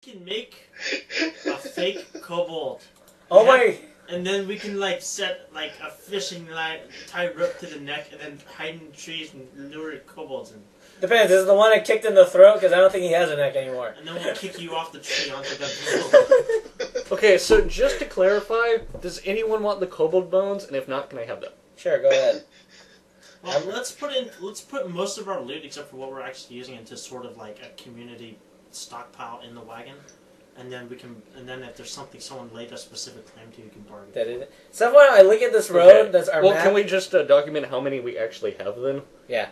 can make a fake kobold, Oh Yeah. wait, and then we can like set like a fishing line, tie rope to the neck, and then hide in trees and lure kobolds in. depends. Is it the one I kicked in the throat? Because I don't think he has a neck anymore. And then we'll kick you off the tree onto the Okay, so just to clarify, does anyone want the kobold bones? And if not, can I have them? Sure, go ahead. Well, let's put in let's put most of our loot except for what we're actually using into sort of like a community stockpile in the wagon, and then we can and then if there's something someone laid a specific claim to, you can bargain. That is it. So when I look at this road, Okay. that's our well, map. can we just uh, document how many we actually have then? Yeah.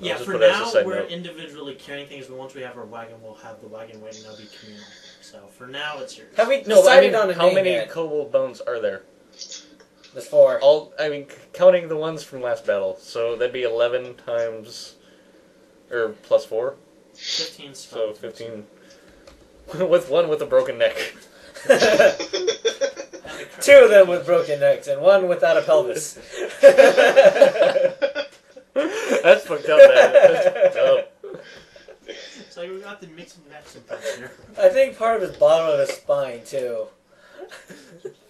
I'll yeah, just for put it as a now side we're note. individually carrying things, but once we have our wagon, we'll have the wagon waiting. They'll be communal. So for now, it's yours. Have we No, I decided mean, on a how name many Oh. yet? kobold bones are there? There's four. All I mean, c- counting the ones from last battle, so that'd be eleven times, or plus four, Fifteen. so skeletons. fifteen. with one with a broken neck. Two That'd be correct. of them with broken necks and one without a pelvis. That's fucked up, man. That's fucked up. So we got the mix and match sometimes here. I think part of his bottom of his spine too.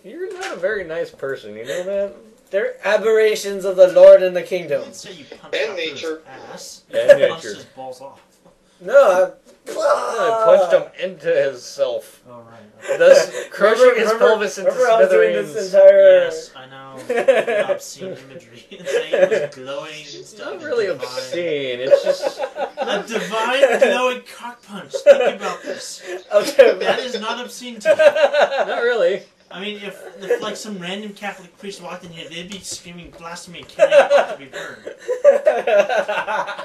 You're not a very nice person, you know that. They're aberrations of the Lord and the You kingdom. didn't say you punched And out through his nature. ass. And You punched nature. his balls off. No, I, Uh, I punched him into himself. All right. thus crushing Remember- his remember- pelvis into remember I was doing this smithereens. Yes, entire. I know. The obscene imagery. And saying it was glowing and It's stuff. not really divine. obscene. It's just A divine glowing cock punch. Think about this. Okay. That is not obscene to me. not really. I mean, if, if like some random Catholic priest walked in here, they'd be screaming blasphemy and killing him to be burned.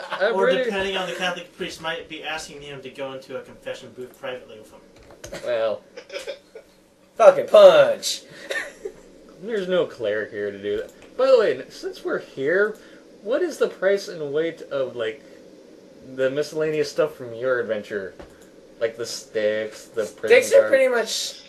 I'm Or pretty- depending on the Catholic priest, might be asking him to go into a confession booth privately with him. Well, Fucking punch. there's no cleric here to do that. By the way, since we're here, what is the price and weight of like the miscellaneous stuff from your adventure? Like the sticks, the prison Dicks are guard. pretty much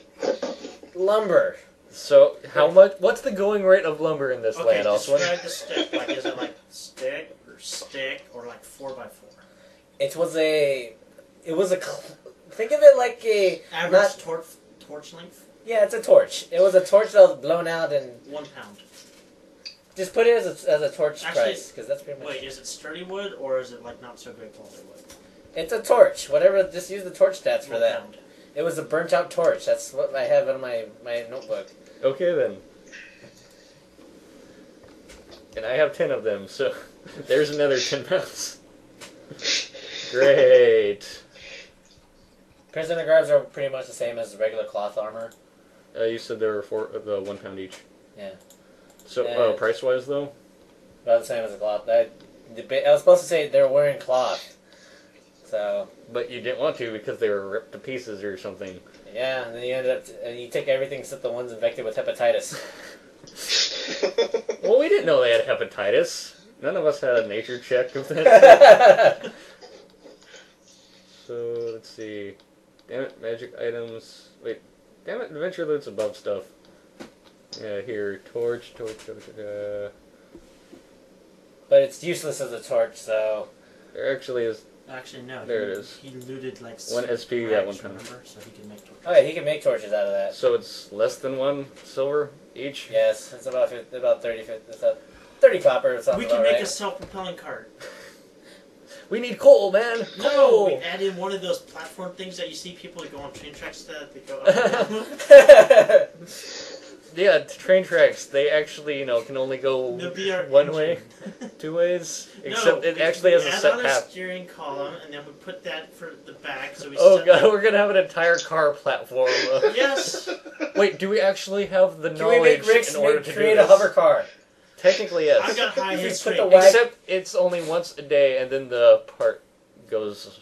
lumber. So how much? What's the going rate of lumber in this Okay, land? Also, describe the stick. Like, is it like stick or stick or like four by four? It was a. It was a. Cl- think of it like a. Average Not- torch torch length, Yeah, it's a torch. It was a torch that was blown out and one pound. just put it as a, as a torch Actually, price because that's pretty much. Wait, is it sturdy wood or is it like not so great quality wood? It's a torch. Whatever. Just use the torch stats for One that. pound. It was a burnt out torch. That's what I have in my my notebook. okay then. And I have ten of them, so there's another ten pounds. Great. Prisoner guards are pretty much the same as regular cloth armor. Uh, you said there were four of the one pound each. Yeah. So Yeah. uh, price wise though, About the same as a cloth. I, the, ba- I was supposed to say they're wearing cloth. So but you didn't want to because they were ripped to pieces or something. yeah, and then you ended up and you take everything except the ones infected with hepatitis. Well, we didn't know they had hepatitis. None of us had a nature check of that. I so let's see. Damn it, magic items. Wait, damn it, adventure loot's above stuff. Yeah, here, torch, torch, torch. Uh, but it's useless as a torch. So there actually is Actually, no. There he, it is. He looted like One six SP, yeah, rags, one pound. Remember, so he can make torches. oh yeah, he can make torches out of that. so it's less than one silver each. Yes, it's about fif- about thirty fif- it's about thirty copper or something. We can about make right. a self-propelling cart. We need coal, man. No, we Coal. add in one of those platform things that you see people that go on train tracks that they go. Up and down. Yeah, t- train tracks. They actually, you know, can only go That'd be our one engine. way, two ways. No, Except it we- actually has we a add set on path. steering column, and then we put that for the back. So we. Oh set god, we're gonna have an entire car platform. Uh, Yes. Wait, do we actually have the can we knowledge make Rick's in order make, to create do a this? hover car? Technically, yes. I've got high If you hit put the rate. wag- Except it's only once a day, and then the part goes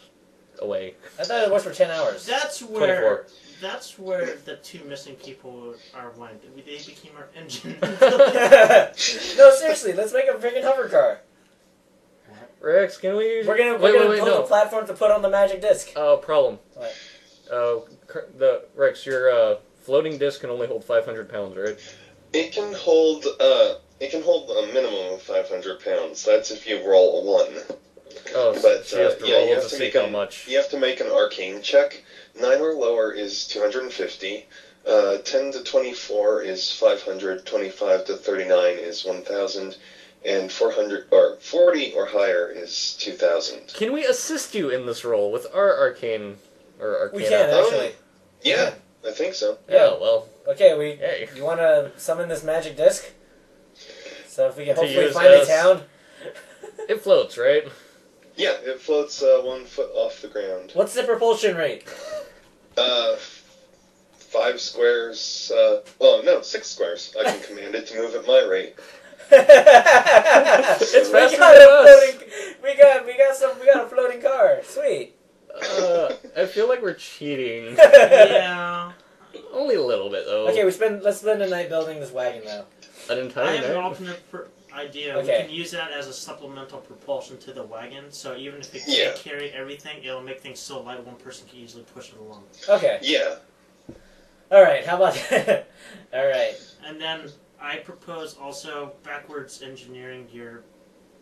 away. I thought it was for ten hours. That's where. Twenty-four. That's where the two missing people are one. They became our engine. no, seriously, let's make a freaking hover car. Rex, can we? We're gonna we're wait, gonna wait, wait, build no. a platform to put on the magic disc. Uh, problem. What? Uh, cur- the Rex, your uh, floating disc can only hold 500 pounds, right? it can hold uh it can hold a minimum of five hundred pounds. That's if you roll a one. Oh, so But, she has uh, to yeah, roll you have to to see make how an- much. You have to make an arcane check Nine or lower is 250. Uh, 10 to 24 is 500. 25 to 39 is 1,000. And 400 or 40 or higher is 2,000. Can we assist you in this role with our arcane or arcana? We can Oh. actually. Yeah, I think so. Oh well. Okay, we. Hey. You want to summon this magic disc? So if we can To hopefully use find as- a town. It floats, right? Yeah, it floats uh, one foot off the ground. What's the propulsion rate? Uh, five squares. Uh, well, no, six squares. I can command it to move at my rate. it's faster we got than a us. floating. We got we got some. We got a floating car. Sweet. Uh, I feel like we're cheating. yeah. Only a little bit though. Okay, we spend. Let's spend the night building this wagon though. An I entire have an night. alternate pr- idea. We Okay. can use that as a supplemental propulsion to the wagon, so even if it can't Yeah. carry everything, it'll make things so light one person can easily push it along. Okay. Yeah. All right. How about? All right. And then I propose also backwards engineering your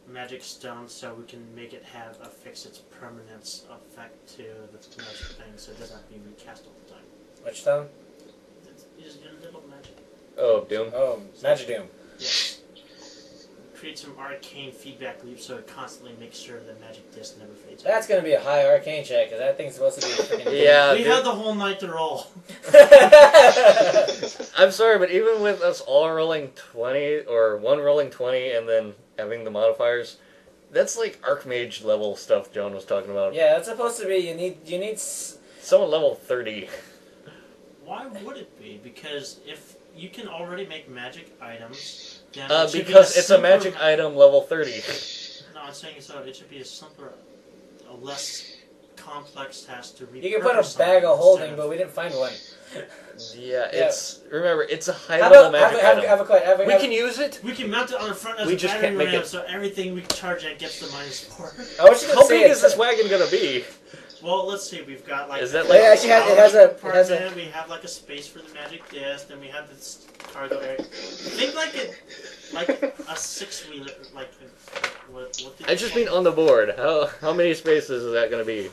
magic stone so we can make it have a fix its permanence effect to the magic thing, so it doesn't have to be recast all the time. Which stone? It's, it's invisible magic. Oh, doom. Oh, magic doom. Yes. Create some arcane feedback loop so it constantly makes sure the magic disc never fades. out. That's gonna be a high arcane check because that thing's supposed to be a freaking. Yeah. we dude. had the whole night to roll. I'm sorry, but even with us all rolling 20 or one rolling 20 and then having the modifiers, that's like Archmage level stuff John was talking about. yeah, that's supposed to be. You need. You need. s- Someone level 30. Why would it be? Because if you can already make magic items, then Uh, it should be because it's a simpler magic ma- item level 30. No, I'm saying so. It should be a simpler, a less complex task to repurpose. You can put a something bag of holding, instead but we didn't find one. Yeah, it's. Remember, it's a high How level about? Have, magic a- have, item. a- have a question. Have, a- we have, can use it. we can mount it on the front as We a just battery can't make ram, it- so everything we charge at gets the minus four. I wish you could How see big it. is this wagon gonna be? well, let's see. We've got like Is that a like- It actually has- it has a- it has a- compartment, We have like a space for the magic disc, and we have this cargo area. Think like it, like a six wheeler, like. a- What, what did I you just call mean on the board. How how many spaces is that gonna be?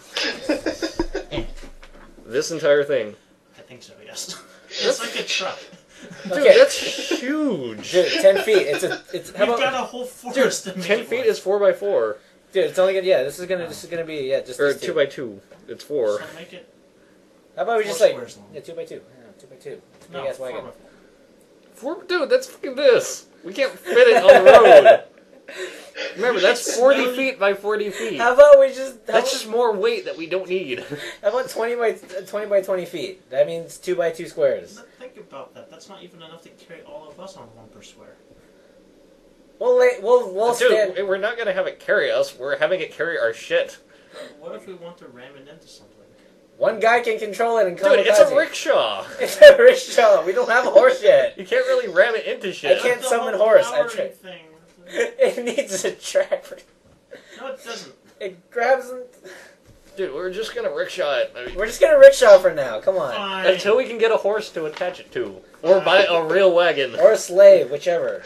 This entire thing. it? I think so. Yes. it's like a truck. Dude, Okay. that's huge. Dude, ten feet. It's a. It's how We've about? got a whole forest. to make Ten it feet work. is four by four, Dude, it's only gonna. Yeah, this is gonna. This is gonna be. Yeah, just. or these two by two. It's So four. make it. How about we Four just like squares long. yeah, two by two, yeah, two by two. It's a No, Big ass four wagon. by Four, dude, that's fucking this. We can't fit it on the road. Remember, that's forty feet by forty feet. How about we just? How, That's just more weight that we don't need. how about twenty by uh, twenty by twenty feet? That means two by two squares. Th- Think about that. That's not even enough to carry all of us on one per square. We'll lay, we'll we'll stand. Dude, we're not gonna have it carry us. We're having it carry our shit. What if we want to ram it into something? One guy can control it and come. Dude, it's a rickshaw. It's a rickshaw. We don't have a horse yet. You can't really ram it into shit. can't The summon whole Horus, I powering tried. Thing. it needs a tractor. No, it doesn't. It grabs. and- Dude, we're just gonna rickshaw it. I mean, We're just gonna rickshaw for now. Come on, Fine. until we can get a horse to attach it to, or buy a real wagon. or a slave, whichever.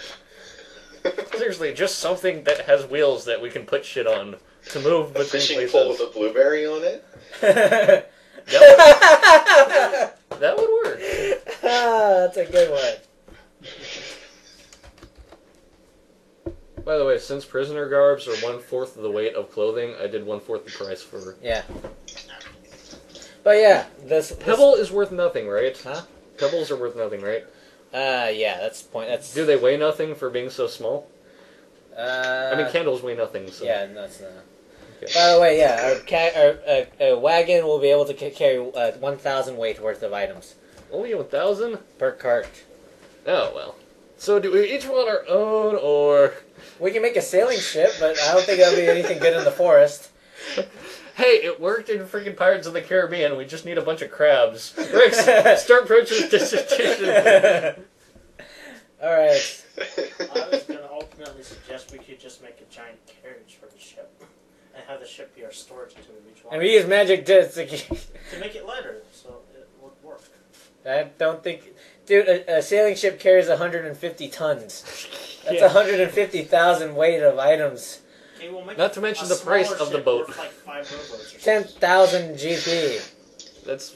Seriously, just something that has wheels that we can put shit on to move A between fishing pole with places. a blueberry on it? ah, That would, that would work. that's a good one. By the way, since prisoner garbs are one fourth of the weight of clothing, I did one fourth the price for. Yeah. But yeah, this, this Pebble is worth nothing, right? Huh? Pebbles are worth nothing, right? Uh, yeah, that's point. That's Do they weigh nothing for being so small? Uh, I mean, candles weigh nothing. So. yeah, no, it's not. Okay. By the way, yeah, our, ca- our uh, uh, wagon will be able to ca- carry uh, one thousand weight worth of items Only a thousand? per cart. Oh well. So do we each want our own, or We can make a sailing ship, but I don't think that'll be anything good in the forest. hey, it worked in freaking Pirates of the Caribbean. We just need a bunch of crabs. Rex, start Roach's dissertation. All right. I was going to ultimately suggest we could just make a giant carriage for the ship and have the ship be our storage until we reach And one. we use magic discs. to keep- To make it lighter, so it would work. I don't think, dude, a, a sailing ship carries 150 tons. That's Yeah. 150,000 weight of items. Okay, we'll make Not to mention a the price smaller of the ship boat. worth Like five rowboats or something. 10,000 GP. That's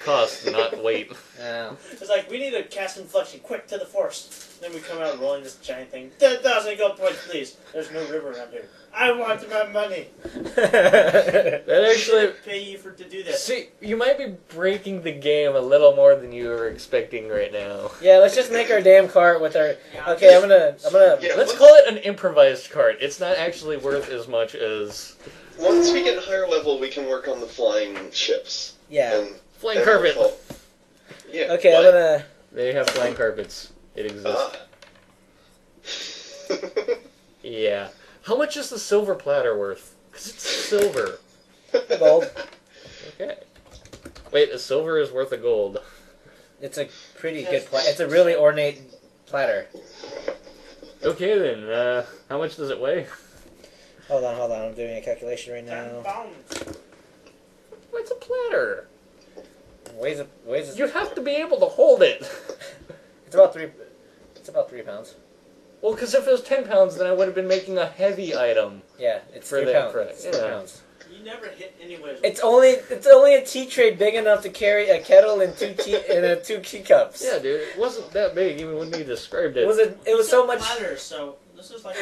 cost, not weight. Yeah. It's like we need to cast inflection quick to the forest. Then we come out rolling this giant thing. Ten thousand gold points, please. There's no river around here. I want my money. That actually. Shouldn't pay you for to do this. See, you might be breaking the game a little more than you were expecting right now. yeah, let's just make our damn cart with our. Okay, I'm gonna. I'm gonna. Yeah, Let's what- call it an improvised cart. It's not actually worth as much as Once we get higher level, we can work on the flying ships. Yeah. And flying carpet. Oh, Yeah. Okay, I'm what? gonna. They have flying carpets. It exists. Uh. Ah. Yeah. How much is the silver platter worth? Because it's silver. Gold. Okay. Wait, a silver is worth a gold. It's a pretty good. Pla- it's a really ornate platter. Okay then. Uh, how much does it weigh? Hold on, hold on. I'm doing a calculation right Ten now. pounds. It's a platter. Weighs a, weighs. You A, have to be able to hold it. it's about three. It's about three pounds. Well, because if it was ten pounds, then I would have been making a heavy item. Yeah, it's For three pounds. that It's price, three yeah. pounds. You never hit anyways. It's only it's only a tea tray big enough to carry a kettle and two tea and a two teacups. Yeah, dude, it wasn't that big even when you described It it. was a, it was so much. Platter, so this is like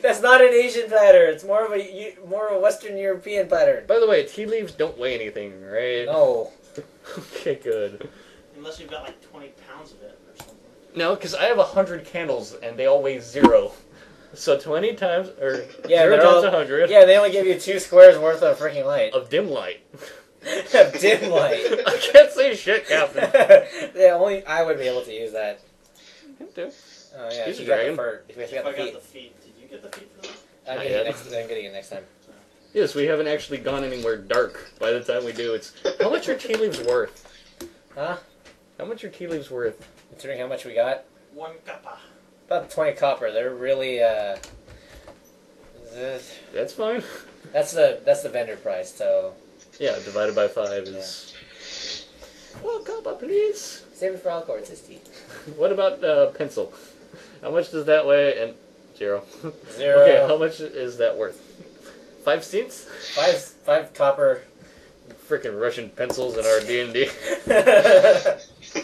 That's not an Asian platter. It's more of a Eu- more of a Western European platter. Oh, By the way, tea leaves don't weigh anything, right? No, Okay, good. unless you've got like twenty pounds of it or something. No, because I have a hundred candles and they all weigh zero. So twenty times or Yeah, zero they're times all- a hundred yeah, they only give you two squares worth of freaking light, of dim light. of dim light. I can't say shit, Captain. yeah, only I would be able to use that. Oh yeah, Use you a got dragon. the fur. You guys If got the I got feet. the feet, did you get the feet for that? I'm Not getting, it yet. next, I'm getting it next time. Yes, we haven't actually gone anywhere dark. By the time we do, it's how much are tea leaves worth? Huh? How much are tea leaves worth? Considering how much we got, One kappa. about twenty copper. They're really uh. th- That's fine. That's the that's the vendor price. So Yeah, divided by five is. Well, copper, please. save it for alcohol. It's tea. What about uh, pencil? How much does that weigh? And zero. Zero. Okay, how much is that worth? Five cents? Five five copper. Freaking Russian pencils in our D and D. That's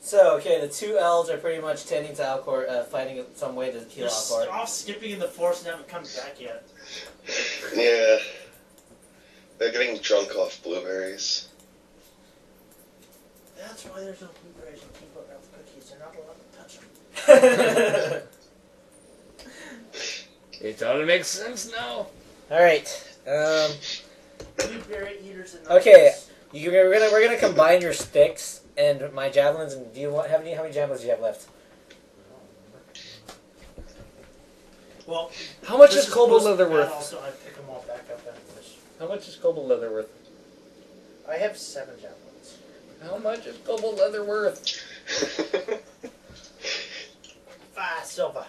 So okay, the two elves are pretty much tending to Alcor, uh, finding some way to They're kill s- Alcor. they're off skipping in the forest and haven't come back yet. yeah. They're getting drunk off blueberries. That's why there's no blueberries and people elf cookies. They're not allowed to touch them. It all makes sense now. All right, um, Blueberry eaters and Okay. you, we're gonna we're gonna combine your sticks and my javelins. And do you want how many how many javelins do you have left? Well, How much this is cobalt post- leather and worth? Also, I pick them all back up after this. How much is cobalt leather worth? I have seven javelins. How much is cobalt leather worth? Five silver.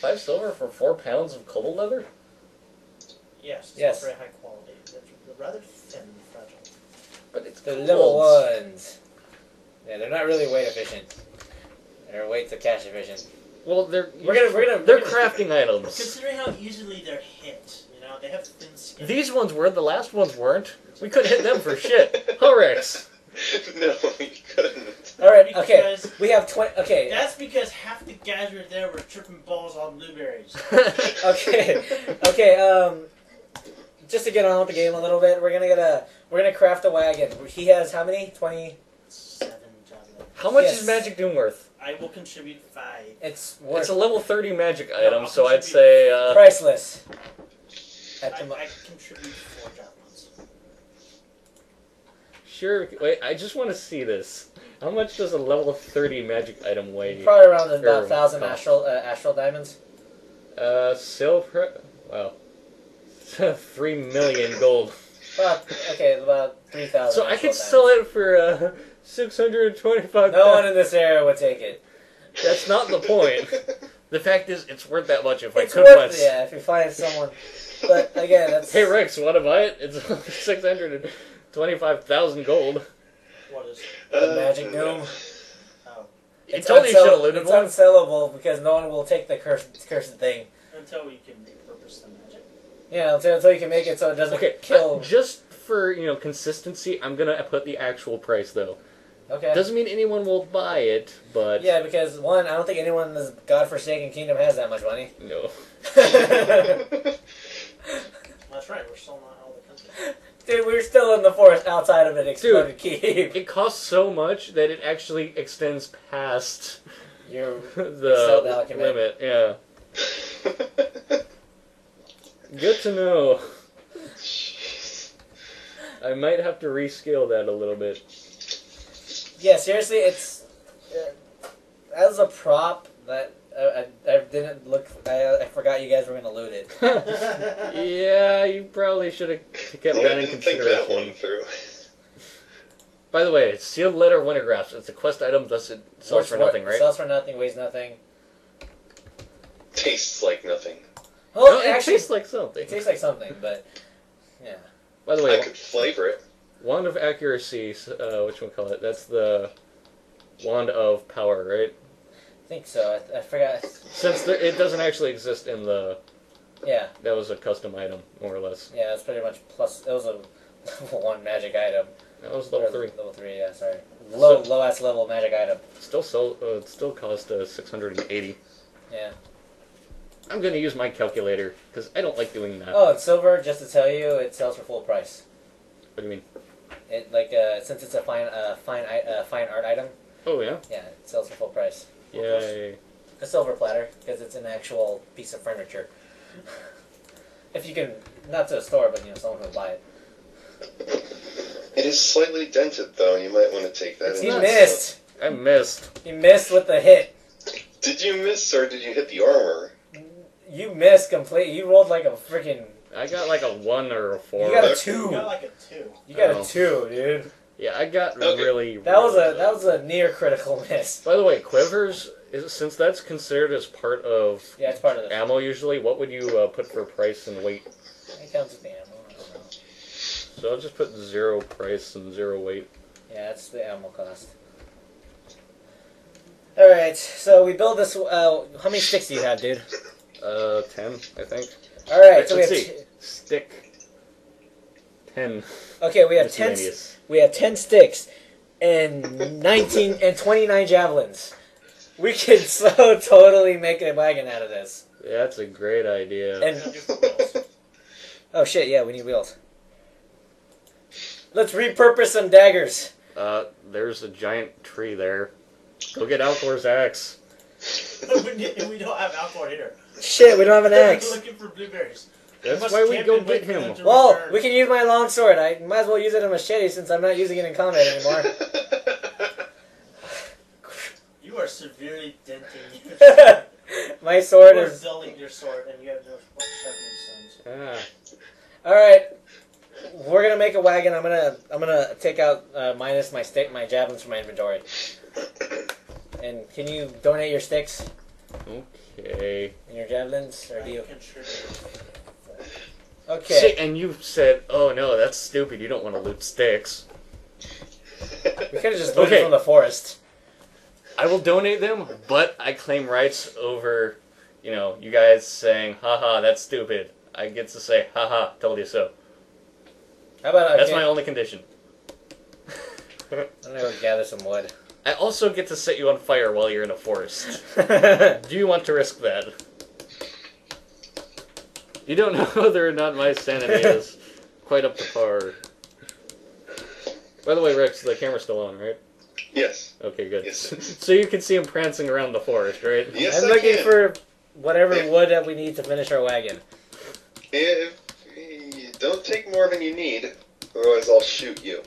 Five silver for four pounds of cobalt leather? Yes. It's Yes. Not very high quality. They're rather thin and fragile. But it's The gold. little ones. Yeah, they're not really weight efficient. They're weight to cash efficient. Well, they're We're gonna- we're gonna- they're we're crafting items. Considering how easily they're hit, you know, they have thin skin. These ones were. The last ones weren't. We couldn't hit them for shit. Horex. no, you couldn't. All right, Because okay. We have twenty. Okay, That's because half the guys who were there were tripping balls on blueberries. okay, okay. Um, just to get on with the game a little bit, we're gonna get a we're gonna craft a wagon. He has how many? Twenty. Seven javelins. How much Yes. is magic doom worth? I will contribute five. It's It's worth a level thirty magic No, item, I'll so I'd contribute. say uh, priceless. I, At the mo- I contribute four javelins. Sure. Wait, I just want to see this. How much does a level 30 magic item weigh? probably around about Sure. thousand astral uh, astral diamonds. Uh, silver. Wow. Three million gold. About, okay, about three thousand. So I could sell it for uh, 625. No one in this area would take it. That's not the point. The fact is, it's worth that much if It's I could worth it, find. yeah, if you find someone. But again, that's Uh, Hey Rex, want to buy it? It's 625,000 gold. What is the magic doom. Oh. You told me you should have unsell- looted it's one. unsellable because no one will take the cursed cursed thing. And until we can repurpose the magic. Yeah, until, until you can make it so it doesn't Okay, uh, kill. just for you know consistency, I'm gonna put the actual price though. Okay. Doesn't mean anyone will buy it, but Yeah, because one, I don't think anyone in this godforsaken kingdom has that much money. no. That's right. We're still not out of the country. Dude, we're still in the forest outside of an exploded keep. It costs so much that it actually extends past You're Excel the document. limit. Yeah. Good to know. Jeez. I might have to rescale that a little bit. yeah. Seriously, it's uh, as a prop that uh, I, I didn't look. I, I forgot you guys were gonna loot it. yeah, you probably should have kept I that in didn't think that one consideration. through. By the way, sealed letter winter grasp. It's a quest item, thus it sells Works for nothing, right? Sells for nothing, weighs nothing. Tastes like nothing. Well, No, it Oh, actually, it tastes like something. it tastes like something, but yeah. By the I way, could flavor it. wand of accuracy. Uh, which one call it? That's the wand of power, right? I think so. I, I forgot. Since there, it doesn't actually exist in the, Yeah, that was a custom item, more or less. yeah. It's pretty much plus. It was a level one magic item. That was level Or three. Level three. Yeah, sorry. Low, So- low ass level magic item. Still sold. Uh, it still cost uh, six hundred and eighty. Yeah. I'm gonna use my calculator because I don't like doing that. Oh, and silver. Just to tell you, it sells for full price. What do you mean? It like uh, since it's a fine, uh, fine, i- uh, fine art item. Oh yeah. Yeah, it sells for full price. Yay. A silver platter because it's an actual piece of furniture. if you can, not to a store, but you know someone will buy it. It is slightly dented, though. You might want to take that. He into missed. I missed. He missed with the hit. account. Did you miss, or did you hit the armor? You missed completely. You rolled like a freaking. I got like a one or a four. You got a Alright. You got two. like a two. You got Oh. a two, dude. yeah, I got Okay. really. That was a that was a near critical miss. By the way, quivers is since that's considered as part of Yeah, it's part of the. ammo usually. What would you uh, put for price and weight? It comes with the ammo. I don't know. So I'll just put zero price and zero weight. Yeah, that's the ammo cost. All right, so we build this. Uh, how many sticks do you have, dude? Uh, ten, I think. All right, so we have. Let's see. T- Stick. Ten. okay, we have ten. s- miscellaneous. We have ten sticks, and nineteen and twenty-nine javelins. We could so totally make a wagon out of this. Yeah, that's a great idea. We're gonna And do for wheels. oh shit, yeah, we need wheels. Let's repurpose some daggers. Uh, there's a giant tree there. Go get Alcor's axe. we, need- we don't have alcohol here. Shit, we don't have an We're axe. looking for blueberries. That's must why we camp go and wait get for them him. to Well, return. we can use my long sword. I might as well use it in a machete since I'm not using it in combat anymore. You are severely denting. Your My sword you are is dulling your sword, and you have no sharpening stones. Ah, all right. We're gonna make a wagon. I'm gonna I'm gonna take out uh, minus my stick my javelins from my inventory. And can you donate your sticks okay. and your javelins, or do you? I contribute. Okay, See, and you said, oh no, that's stupid. You don't want to loot sticks. we could have just looted Okay. from the forest. I will donate them, but I claim rights over, you know, you guys saying, haha, that's stupid. I get to say, haha, told you so. How about okay, That's my only condition. I'm gonna go gather some wood. I also get to set you on fire while you're in a forest. Do you want to risk that? You don't know whether or not my sanity is quite up to par. By the way, Rex, the camera's still on, right? yes. Okay, good. Yes, it is. so you can see him prancing around the forest, right? Yes, I'm I looking can. for whatever Yeah. wood that we need to finish our wagon. If you don't take more than you need, otherwise I'll shoot you.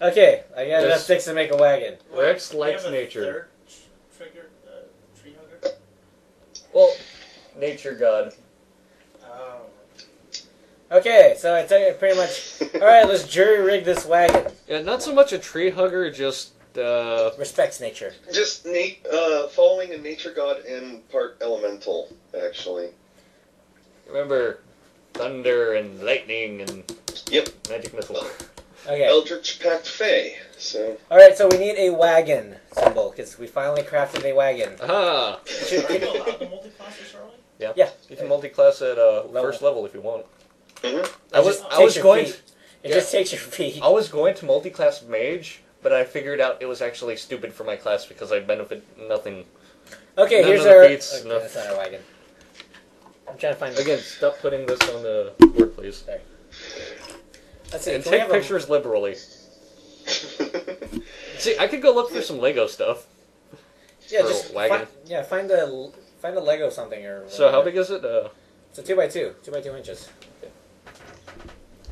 Okay, I got enough Yes. sticks to make a wagon. Rex Do you likes have a nature. Third tr- trigger, uh, tree hugger. Well, nature god. Oh, Okay, so I took it pretty much. All right, let's jury rig this wagon. Yeah, not so much a tree hugger, just uh, Respects nature. Just na- uh, following a nature god and part elemental, actually. remember thunder and lightning and Yep. magic missile. Okay. Eldritch Pact Fey. So All right, so we need a wagon symbol because we finally crafted a wagon. Aha! are you allowed to multi-class this early? Yeah. Yeah. You can multi-class at uh, Level. first level if you want. Mhm. I was just I takes was your going feet. It Yeah. just takes your feet. I was going to multi-class mage, but I figured out it was actually stupid for my class because I benefit nothing. Okay, None here's of the our. feats, okay, no. That's not our wagon. I'm trying to find. Again, stop putting this on the board, please. Let's see. And Can we take have a- pictures liberally. See, I could go look for some Lego stuff. yeah, for just wagon. Find, yeah, find a find a Lego something or. So how whatever. big is it? Uh, It's a two by two, two by two inches.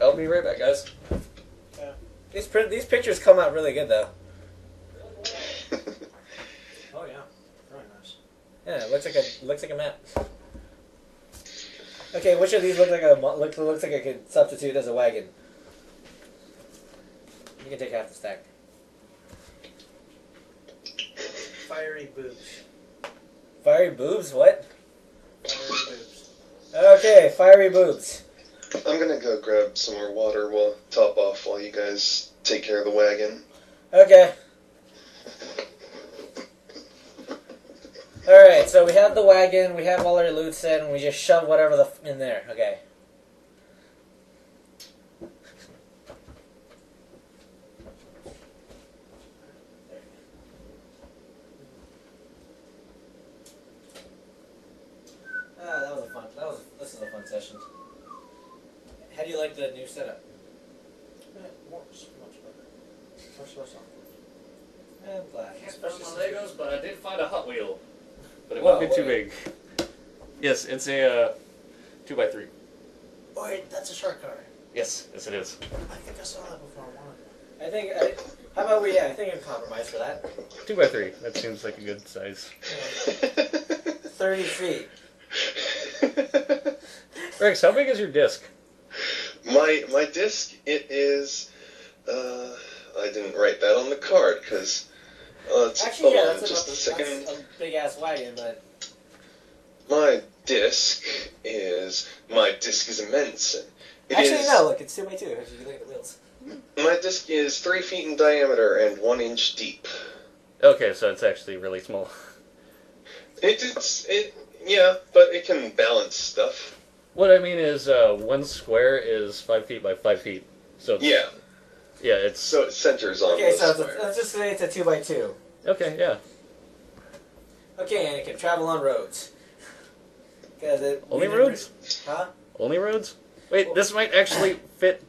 I'll be right back, guys. These pr- these pictures come out really good though. Oh yeah, really nice. Yeah, it looks like a looks like a map. Okay, which of these look like a mo- look, looks like I could substitute as a wagon? You can take half the stack. Fiery boobs. Fiery boobs? What? Fiery boobs. Okay, fiery boobs. I'm gonna go grab some more water. We'll top off while you guys take care of the wagon. Okay. All right, so we have the wagon, we have all our loots in, and we just shove whatever the f- in there. Okay. Ah, that was a fun. That was this is a fun session. How do you like the new setup? Yeah, it works much better. Much less awkward. Eh, I'm glad. but I did find a Hot Wheel. But Whoa, won't be too wait. big. Yes, it's a uh, two by three. Wait, that's a shark car. Yes, yes it is. I think I saw that before. I wanted one. I think. I, how about we? Yeah, I think I'm compromised for that. Two by three. That seems like a good size. Thirty feet. Rex, how big is your disc? my my disc it is. Uh, I didn't write that on the card because. Uh, it's- Actually, yeah, hold on that's, just a about the, second. that's a big ass wagon, but My disc is my disc is immense. It actually is- no. Look, it's two by two. If you look at the wheels. My disc is three feet in diameter and one inch deep. Okay, so it's actually really small. It, it's it yeah, but it can balance stuff. What I mean is, uh, one square is five feet by five feet. So it's- Yeah, yeah, it's so it centers on Okay, the so it's square. a, let's just say it's a two by two. okay. Yeah, Okay, and it can travel on roads. Because it only we didn't- roads. huh? Only roads. Wait, this might actually fit.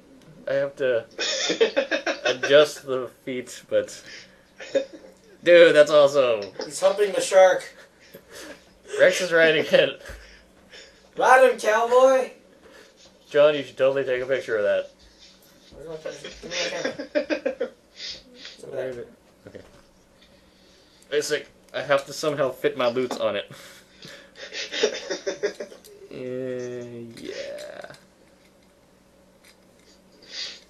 I have to adjust the feet, but dude, that's also He's humping the shark. Rex is riding it. Ride him, cowboy. John, you should totally take a picture of that. Where's my camera? Give me my camera. It's over there. Okay. It's like I have to somehow fit my boots on it. Uh, yeah.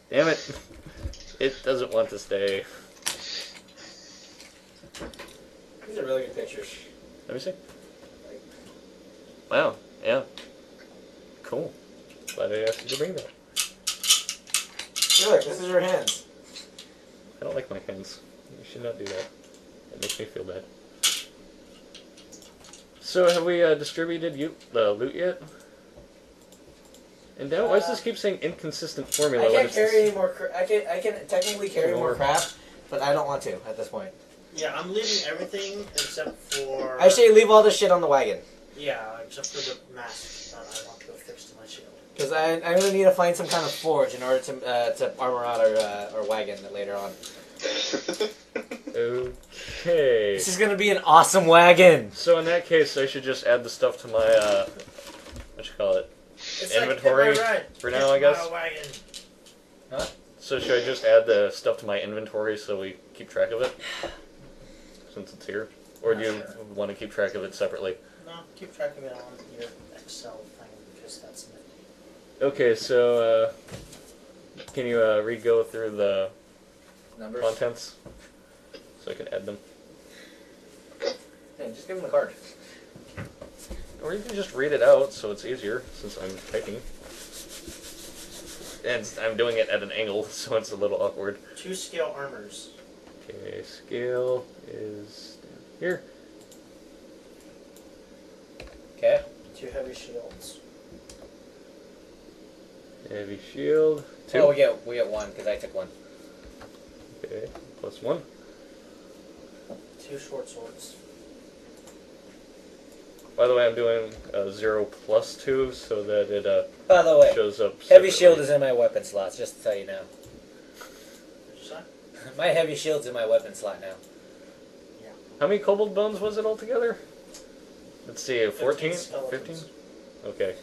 Damn it. It doesn't want to stay. These are really good pictures. Let me see. Wow. Yeah. Cool. Glad I asked you to bring that. Here, Look, this is your hands. I don't like my hands. You should not do that. It makes me feel bad. So have we uh, distributed you the loot yet? And now, why does this keep saying inconsistent formula? I when can't it's carry any more. Cr- I can. I can technically carry more More. crap, but I don't want to at this point. Yeah, I'm leaving everything except for. I say leave all this shit on the wagon. Yeah, except for the mask that I want to go fix to my shield. Because I, I'm gonna need to find some kind of forge in order to uh, to armor out our, uh, our wagon later on. Okay. This is gonna be an awesome wagon. So in that case, I should just add the stuff to my uh, what you call it? It's Inventory for now, I guess. Wagon. So should I just add the stuff to my inventory so we keep track of it, since it's here? Or do you want to keep track of it separately? No, keep track of it on your Excel thing because that's nifty. Okay, so uh, can you uh, re-go through the Numbers. contents so I can add them, Hey, just give him the card. or you can just read it out so it's easier since I'm typing. And I'm doing it at an angle, so it's a little awkward. Two scale armors. Okay, scale is down here. Okay. two heavy shields. Heavy shield. Two. Oh, we get we get one because I took one. Okay. Plus one. Two short swords. By the way, I'm doing uh, zero plus two so that it uh, By the way, shows up. heavy separately. shield is in my weapon slot. Just to tell you now, What'd you say? my heavy shield's in my weapon slot now. How many cobalt bones was it altogether? Let's see, 14? 15? skeletons. Okay.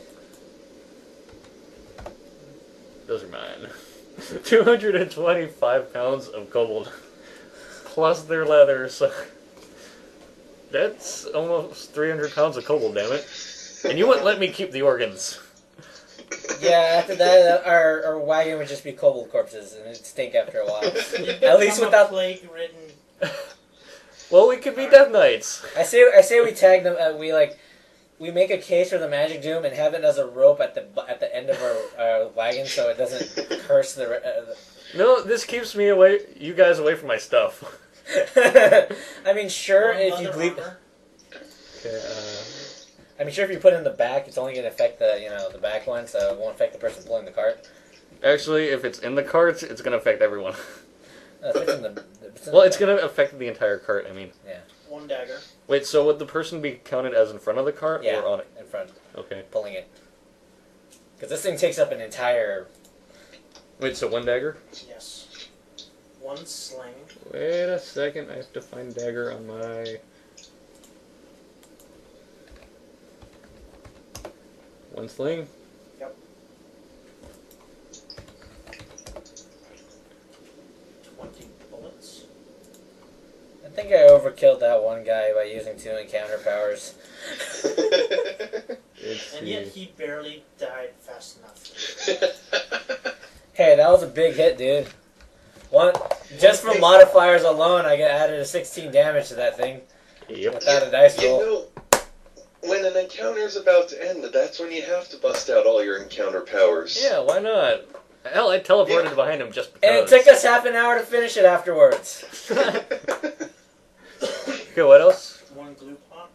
Those are mine. 225 pounds of cobalt. Plus their leather, so. That's almost 300 pounds of cobalt, damn it. And you wouldn't let me keep the organs. Yeah, after that, our, our wagon would just be cobalt corpses, and it'd stink after a while. At least Become a without- plague-ridden. Well, we could be Death Knights. I say I say we tag them. Uh, we like we make a case for the magic doom and have it as a rope at the bu- at the end of our, our wagon, so it doesn't curse the. re- Uh, No, this keeps me away, you guys away from my stuff. the I mean, sure, One if you leather bleep, armor. Okay, uh, I mean, sure, if you put it in the back, it's only gonna affect the you know the back one, so it won't affect the person pulling the cart. actually, if it's in the carts, it's gonna affect everyone. No, Uh, if it's in the, if in Well, the it's back- gonna affect the entire cart. I mean, One dagger. wait. So would the person be counted as in front of the cart Yeah. or on it? in front Okay. pulling it because this thing takes up an entire. Wait. So one dagger. Yes. One sling. Wait a second. I have to find dagger on my. One sling. Yep. Twenty bullets. I think I overkilled that one guy by using two encounter powers. It's And yet he barely died fast enough. Hey, that was a big hit, dude. One just from modifiers alone, I get added a 16 damage to that thing Yep. without a dice you roll. know, when an encounter's about to end, that's when you have to bust out all your encounter powers. Yeah. Why not? Hell, I teleported Yeah. behind him just And it because. took us half an hour to finish it afterwards. okay. What else? One glue pot.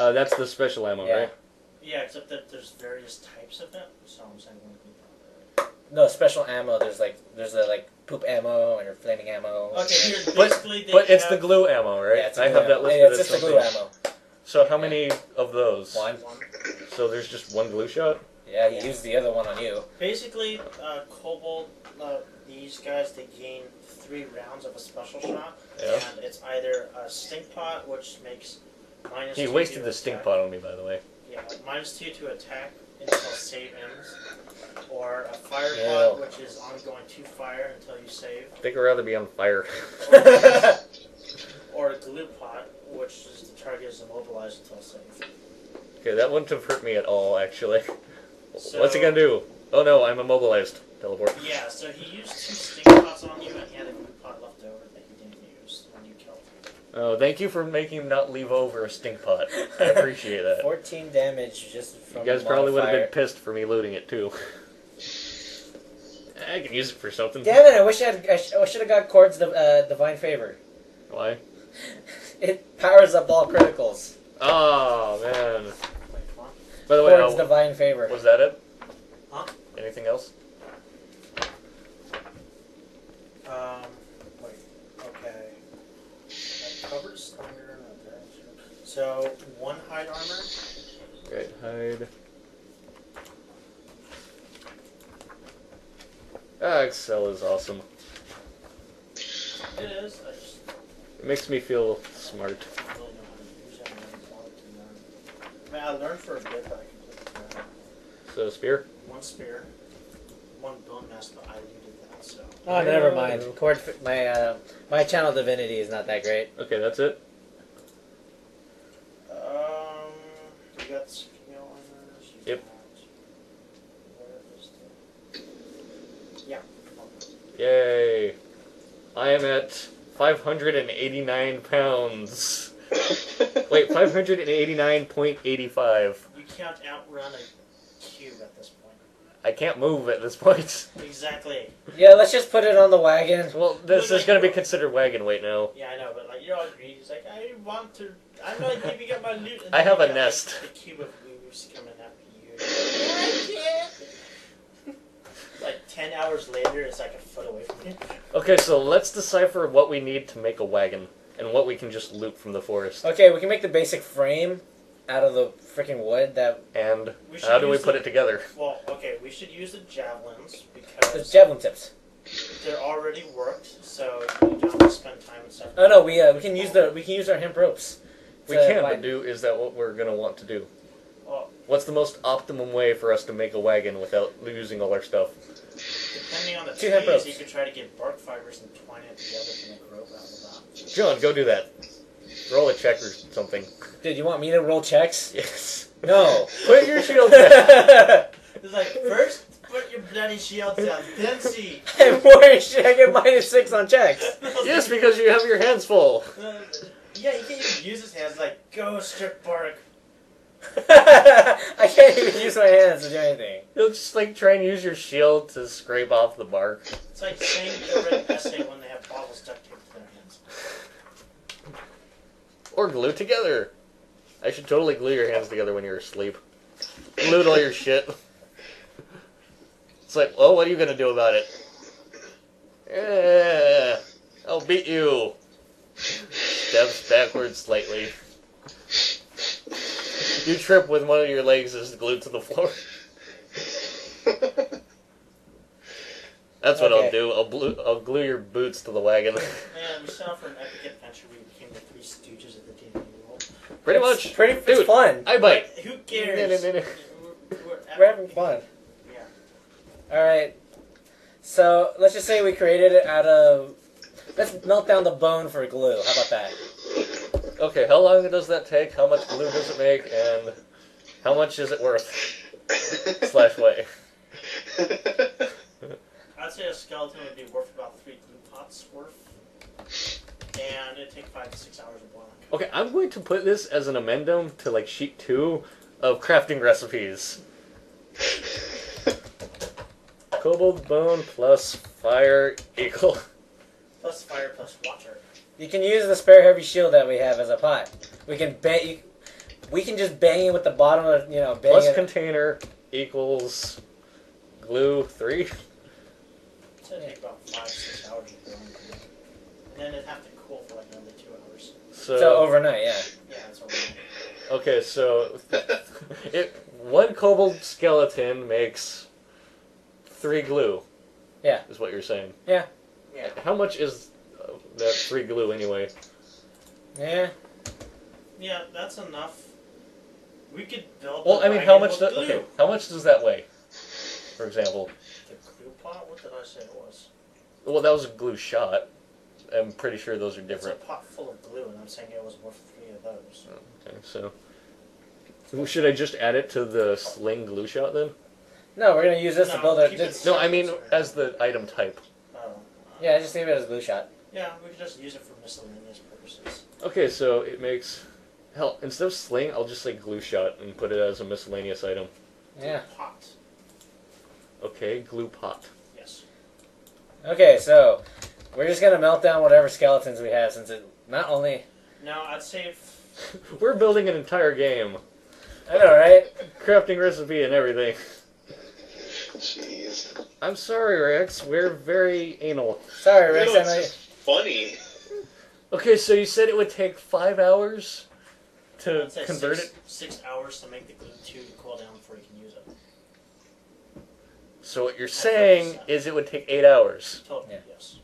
Uh, that's the special ammo, Yeah. right? Yeah, except that there's various types of it. So I'm saying one glue pot. No special ammo. There's like there's a like poop ammo and flaming ammo. Okay, here But- basically they But it's the have glue ammo, right? Yeah, it's a I glue have that ammo. listed Yeah, it's as just a something. glue ammo. So how many of those? One. one. So there's just one glue shot. Yeah, he Yeah. used the other one on you. Basically, uh, Cobalt, uh, these guys, they gain three rounds of a special shot. Yeah. And it's either a stink pot, which makes minus He two wasted to the stink attack- pot on me, by the way. Yeah, minus two to attack until save ends. Or a fire Yeah. pot, which is ongoing to fire until you save. I think I'd rather be on fire. Or a glue pot, which is the target is immobilized until save. okay, that wouldn't have hurt me at all, actually. What's So- he gonna do? Oh no, I'm immobilized. Teleport. Yeah, so he used two stink pots on you, and he had a glue pot left over that he didn't use when you killed him. Oh, thank you for making him not leave over a stink pot. I appreciate that. 14 damage just from You guys the probably would have been modifier. pissed for me looting it too. I can use it for something. Damn it! I wish I had, I, sh- I should have got Cord's div- uh, divine favor. Why? It powers up all criticals. Oh man. Wait, what? By the way, Cord's uh, divine favor. was that it? Huh? Anything else? Um, wait, okay. That covers thunder and adventure. So, one hide armor, Great hide. Ah, Excel is awesome. it is, I just It makes me feel smart. don't really know how to use it, I haven't bothered to learn. I mean, I learned for a bit, but I completely forgot. So spear. One spear, one bone mask, but I looted that, so. Oh, never mind. Cord, my uh, my channel divinity is not that great. Okay, that's it. Um, you got skill armors, you Yep. got- Where is the- Yeah. Yay! I am at 589 pounds. Wait, 589.85. You can't outrun a cube at this point. I can't move at this point. Exactly. Yeah, let's just put it on the wagon. Well, this is gonna be considered wagon weight now. Yeah, I know, but like you're all greedy. He's like, I want to. I'm not giving up my loot. And I then you have a got, like, nest. the cube of woo-woo. was coming after you. Like ten hours later, it's like a foot away from me. Okay, so let's decipher what we need to make a wagon and what we can just loot from the forest. Okay, we can make the basic frame out of the freaking wood that And We should how do we use put the- it together? Well, okay, we should use the javelins the because javelin tips. they're already worked, so you don't have to spend time and stuff. Oh no, we uh, we can use the we can use our hemp ropes. We to can, but bind- do is that what we're gonna want to do? Well, What's the most optimum way for us to make a wagon without losing all our stuff? depending on the Two hand trees, ropes. you could try to get bark fibers and twine it together to make rope out of that. John, go do that. Roll a check or something. Dude, you want me to roll checks? Yes. No. Put your shield down. I'm It's like first put your bloody shields down, then see. worried. I get minus six on checks. yes, because you have your hands full. Uh, yeah, he can't even use his hands. Like go strip bark. I can't even use my hands to do anything. You'll just like try and use your shield to scrape off the bark. It's like saying they're ready to essay when they have bottles duct taped to their hands. Or glue together. I should totally glue your hands together when you're asleep. Glued all your shit. It's like, well, what are you gonna do about it? Yeah, I'll beat you. Steps backwards slightly. You trip when one of your legs is glued to the floor. That's what Okay. I'll do. I'll, blue, I'll glue your boots to the wagon. Man, we set out for an epic adventure. We became the three stooges of the D and D world. Pretty It's much. Pretty it's Dude. fun. I bite. Who No, cares? no, no, no. We're, we're epic. We're having fun. Yeah. All right. So let's just say we created it out of. Let's melt down the bone for glue. How about that? Okay, how long does that take? How much glue does it make? And how much is it worth? Slash way. I'd say a skeleton would be worth about three glue pots worth, and it'd take five to six hours of boiling. Okay, I'm going to put this as an amendum to like sheet two of crafting recipes. Cobalt bone plus fire equal. Plus fire, plus water. You can use the spare heavy shield that we have as a pot. We can bang. You, we can just bang it with the bottom of you know bang Plus it. container equals glue three. So it'd take about five, six hours of boiling. And then it'd have to cool for like another two hours. So, so overnight, yeah. Yeah, that's what we okay, so it one cobalt skeleton makes three glue. Yeah. is what you're saying. Yeah. How much is uh, that free glue anyway? Yeah. Yeah, that's enough. We could build. Well, the I mean, how wagon much? Do, with glue. okay, how much does that weigh? For example, The glue pot? What did I say it was? well, that was a glue shot. I'm pretty sure those are different. It's a pot full of glue, and I'm saying it was worth three of those. Okay, so Well, should I just add it to the sling glue shot then? No, we're gonna use this to No, build our. keep Just, it- No, I mean as the item type. Oh. yeah, just leave it as glue shot. Yeah, we could just use it for miscellaneous purposes. Okay, so it makes hell instead of sling, I'll just say glue shot and put it as a miscellaneous item. Yeah. Pot. Okay, glue pot. Yes. Okay, so we're just gonna melt down whatever skeletons we have since it not only. Now I'd say if We're building an entire game, I know, right? crafting recipe and everything. Jeez. I'm sorry, Rex. We're very anal. Sorry, Rex. No, I know you- it's funny. Okay, so you said it would take five hours to I'd say convert six, it. six hours to make the glue two to cool down before you can use it. So what you're saying is it would take eight hours. Totally, Yeah. yes.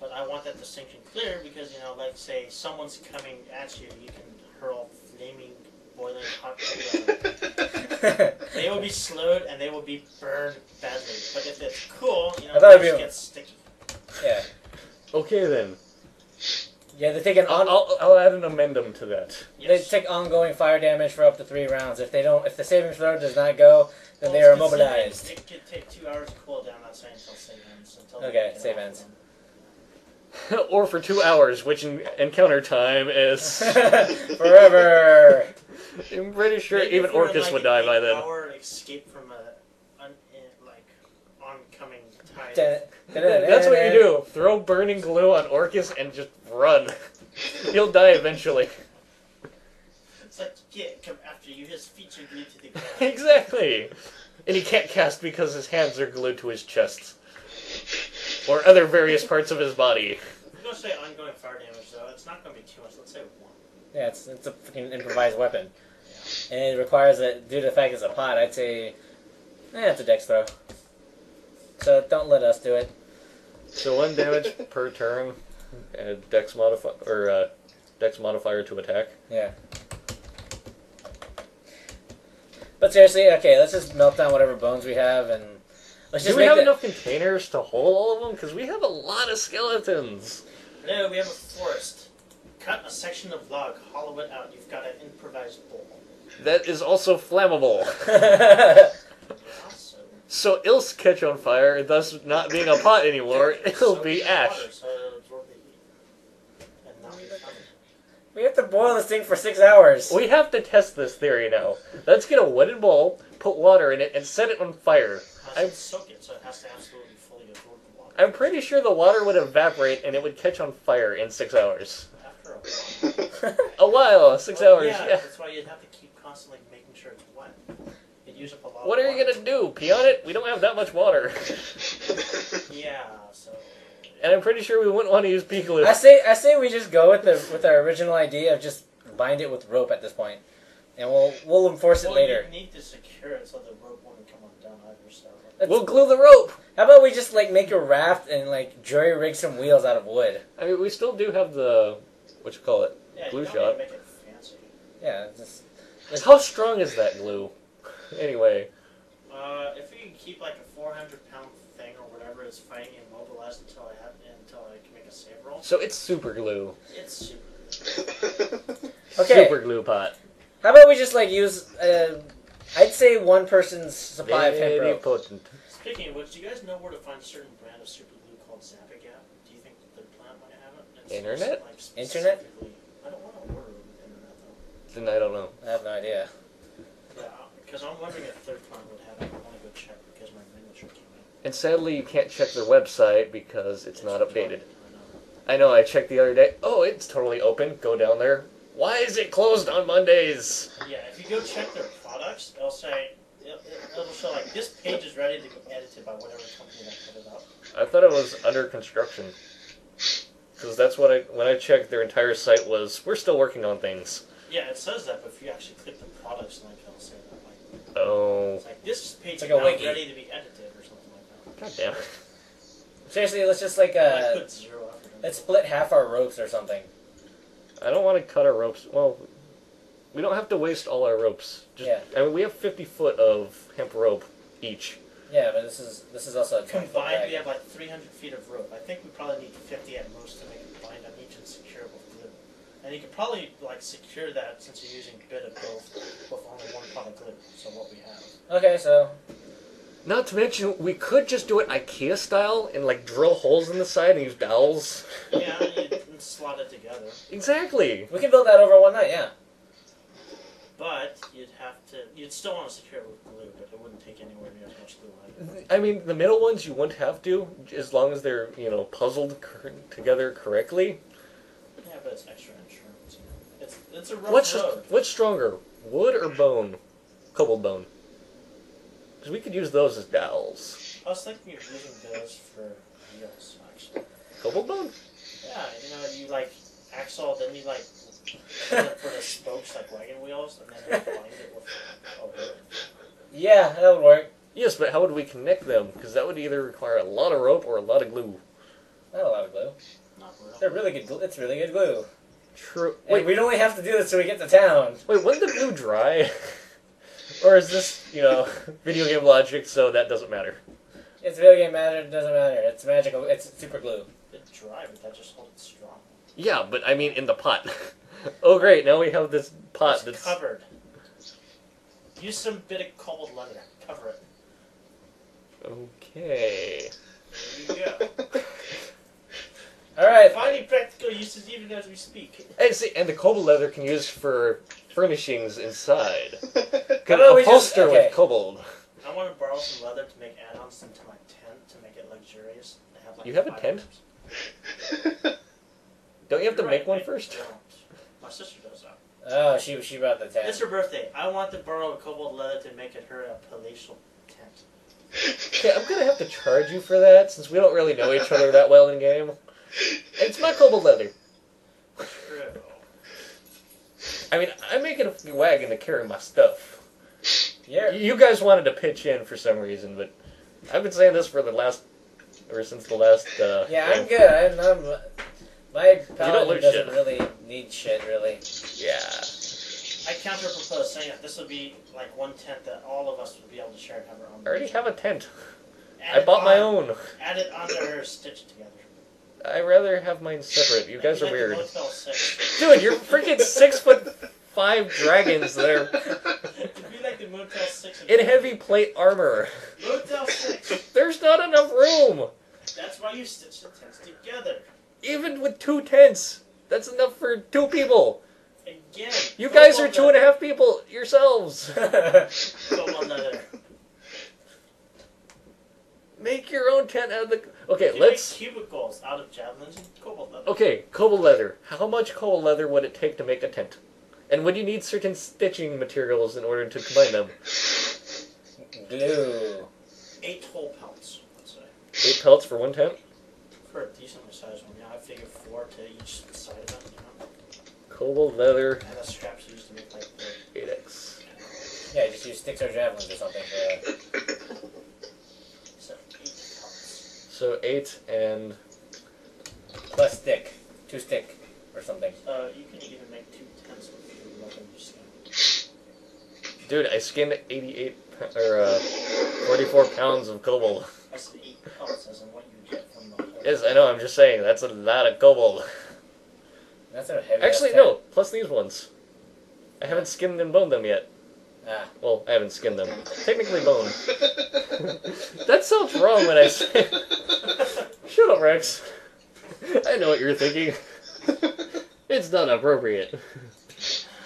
But I want that distinction clear because, you know, like, say, someone's coming at you, you can hurl flaming, boiling hot glue at them. They will be slowed and they will be burned badly. But if it's cool, you know, I thought it it'd just be- gets sticky. yeah. Okay then, Yeah, they take an on. I'll, I'll, I'll add an amendum to that. Yes. They take ongoing fire damage for up to three rounds. If they don't, if the saving throw does not go, then they are Well, considering immobilized. It could take two hours to cool down, not saying until save ends. Until they Okay, get save off ends. them. or for two hours, which in encounter time is. Forever. I'm pretty sure Maybe even if we're in, Orcus like, would an die by then. eight-hour escape from a, un, in- like, oncoming tide. Dun- dun- dun- That's what you dun- do. Throw burning glue on Orcus and just run. He'll die eventually. It's like, get come after you. His feet are glued to the ground. exactly. And he can't cast because his hands are glued to his chest or other various parts of his body. I'm gonna say ongoing fire damage though. It's not gonna be too much. Let's say one. Yeah, it's, it's a freaking improvised weapon. And it requires a due to the fact it's a pot, I'd say eh, it's a dex throw. So don't let us do it. So one damage per turn, and a dex modifier or a dex modifier to attack. Yeah. But seriously, okay, let's just melt down whatever bones we have and let's just Do we make have the- enough containers to hold all of them? Because we have a lot of skeletons. No, we have a forest. Cut a section of log, hollow it out. You've got an improvised bowl. That is also flammable. Also, So it'll catch on fire, and thus not being a pot anymore, it'll soak be in ash. Water, so it'll absorb the heat. And not be common. we have to boil this thing for six hours. We have to test this theory now. Let's get a wetted bowl, put water in it, and set it on fire. I I'm- should soak it, so it has to absolutely fully absorb the water. I'm pretty sure the water would evaporate and it would catch on fire in six hours. After a while. A while, six Well, hours. Yeah, Yeah. that's why you'd have to keep constantly making sure it's wet. You'd use up a lot. What of are you water. gonna do? Pee on it? We don't have that much water, Yeah, so and I'm pretty sure we wouldn't want to use pee glue. I say I say we just go with the with our original idea of just bind it with rope at this point. And we'll we'll enforce it well, later. you need to secure it so the rope won't come on down either side. We'll glue the rope. How about we just like make a raft and like jury rig some wheels out of wood? I mean, we still do have the what you call it. Yeah, Glue you don't shot. Need to make it fancy. Yeah, just How strong is that glue? Anyway, Uh, if you can keep like a 400 pound thing or whatever is fighting immobilized until I have until I can make a save roll, so it's super glue. it's super. okay. Super glue pot. How about we just like use? Uh, I'd say one person's supply of hemp Very rope. potent. Speaking of which, do you guys know where to find a certain brand of super glue called Zappagat? Do you think the plant might have it? It's Internet? like specifically- Internet? I don't want to order it with internet though. Then I don't know. I have no idea. Yeah, because I'm wondering if third plant would have it. I want to go check because my miniature came in. And sadly, you can't check their website because it's not updated. I know. I know, I checked the other day. Oh, it's totally open. Go down there. Why is it closed on Mondays? Yeah, if you go check their products, they'll say it'll, it'll show like this page is ready to be edited by whatever company that put it up. I thought it was under construction. Because that's what I, when I checked, their entire site was, we're still working on things. Yeah, it says that, but if you actually click the products link, it'll say that. Like, Oh, it's like this page It's like is a now wiki. ready to be edited or something like god damn it. Seriously, let's just like that. I uh, put zero effort. in let's it. split half our ropes or something. I don't want to cut our ropes. Well, we don't have to waste all our ropes. Just, Yeah. I mean, we have 50 foot of hemp rope each. Yeah, but this is this is also a twenty foot Combined, rag. we have like 300 feet of rope. I think we probably need 50 at most to make it bind on each and secure it with glue. And you could probably like secure that since you're using a bit of both with only one pot of glue. So what we have. Okay, so Not to mention, we could just do it IKEA style and like drill holes in the side and use dowels. Yeah, you can slot it together, Exactly. we can build that over one night. Yeah. but you'd have to. You'd still want to secure it with glue, but it wouldn't take anywhere near as much glue. Either. I mean, the middle ones you wouldn't have to, as long as they're you know puzzled cor- together correctly. Yeah, but it's extra insurance. You know. It's it's a rough What's road. what's stronger, wood or bone? Cobalt bone. Because we could use those as dowels. I was thinking of using those for wheels, actually. Cobalt bone. Yeah, you know, you like axle, then you like for the spokes like wagon wheels, and then you bind it with. Oh, Yeah, that would work. Yes, but how would we connect them? Because that would either require a lot of rope or a lot of glue. Not a lot of glue. not really. They're really good. Glue. It's really good glue. True. Wait, Wait, we'd only have to do this till we get to town. wait. Wouldn't the glue dry? or is this you know video game logic? So that doesn't matter. It's a video game matter. It doesn't matter. It's magical. It's super glue. It's dry, but that just holds it strong. Yeah, but I mean in the pot. oh great, now we have this pot It's that's covered. Use some bit of cold leather. Cover it. Okay. There you go. All right. Finding practical uses even as we speak. And see, and the cobalt leather can use for furnishings inside. Oh, How Can about we upholster just- okay. with cobalt. I want to borrow some leather to make add-ons into my tent to make it luxurious. I have, like, You have a five tent? rooms. Don't you have to You're make right, one I first? don't. My sister does that. Oh, she she brought the tent. It's her birthday. I want to borrow a cobalt leather to make it her a palatial tent. Okay, I'm gonna have to charge you for that since we don't really know each other that well in game. It's my cobalt leather. True. I mean, I make it a fucking wagon to carry my stuff. yeah. You guys wanted to pitch in for some reason, but I've been saying this for the last, or since the last. Uh, Yeah, I'm good. I'm, I'm my paladin look doesn't shit. really need shit, really. Yeah. I counter propose saying that this would be like one tent that all of us would be able to share and have our own. I already have a tent. Add I it bought my on- own. Add it onto her stitched together. I rather have mine separate. You guys are Like the weird, Motel Six. dude. You're freaking six foot five dragons that are It'd be like the Motel Six. in heavy plate armor. Motel Six. There's not enough room. That's why you stitch the tents together. Even with two tents, that's enough for two people. Again. You guys are two and a half people yourselves. Cobalt leather. Make your own tent out of the. Okay, If you let's. Oh. make cubicles out of javelins and cobalt leather. Okay, cobalt leather. How much cobalt leather would it take to make a tent? And would you need certain stitching materials in order to combine them? Glue. Eight whole pelts. Let's say. Eight pelts for one tent? For a decently sized one, yeah, I figure four to each side of it, you know. Cobalt leather, And the straps used to make like the 8x. Yeah, just use sticks or javelins or something. For, so eight pelts. So eight and. plus stick, two stick or something. Uh, you can even make two tents if you love them yourself. Dude, I skinned 88. pa- or, uh, 44 pounds of cobalt. That's the eight pelts as in what you get from the whole Yes, I know, I'm just saying, that's a lot of cobalt. That's a heavy. Actually, ass no, plus these ones. I haven't skinned and boned them yet. tent. Ah, Well, I haven't skinned them. Technically boned. That sounds wrong when I say. Shut up, Rex. I know what you're thinking. It's not appropriate.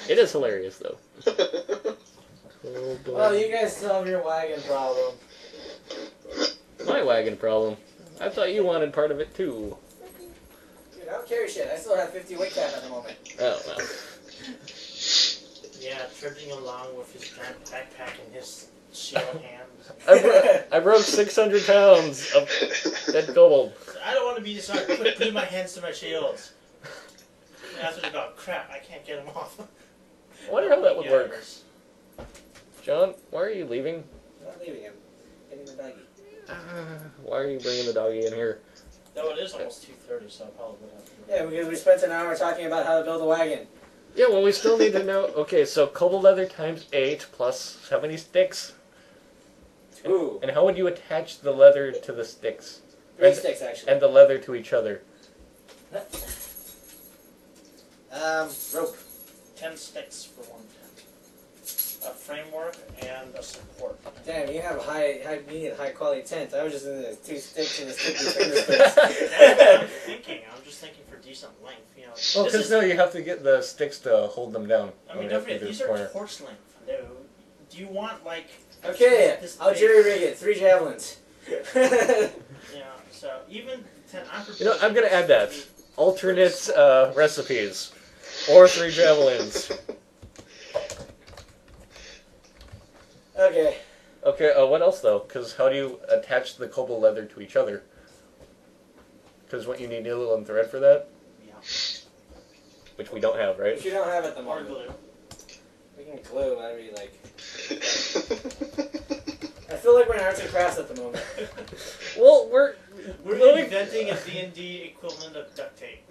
It is hilarious, though. Cobalt. well, Oh, you guys solve your wagon problem. My wagon problem. I thought you wanted part of it too. Dude, I don't carry shit. I still have 50 weight cap at the moment. Oh well. Yeah, trudging along with his giant backpack in his shield hand. I, bro- I broke 600 pounds of dead gold. I don't want to be disarmed. Put, put my hands to my shields. And That's what about. Crap, I can't get them off. I wonder how that would Yeah. work. John, why are you leaving? I'm not leaving him. Getting the doggy. Why are you bringing the doggy in here? Though it is almost 2.30, so I probably would have to Yeah, because we spent an hour talking about how to build a wagon. Yeah, well, we still need to know. Okay, so cobalt leather times eight plus how many sticks? Two. And how would you attach the leather to the sticks Three And- sticks, actually. and the leather to each other? Um, rope. 10 sticks for one tent. A framework and a support. Damn, you have a high, high, you need a high quality tent. I was just in the two sticks and the sticky finger That's what I'm sticks. thinking. I'm just thinking for decent length. You know, Well, This because is- no, you have to get the sticks to hold them down. I mean, You don't have to forget, do these the are corner. torch length. Dude. Do you want like? okay, This I'll big- jerry rig it. Three javelins. Yeah. So even ten. I'm You know, I'm gonna add that alternate uh, recipes, or three javelins. okay. Okay, uh, what else though? Because how do you attach the cobalt leather to each other? Because what you need needle and thread for that, Yeah. which we don't have, right? If you don't have it the Or moment, glue. we can glue. That'd be like. I feel like we're in arts and crafts at the moment. Well, we're We're Glue- inventing a D and D equivalent of duct tape.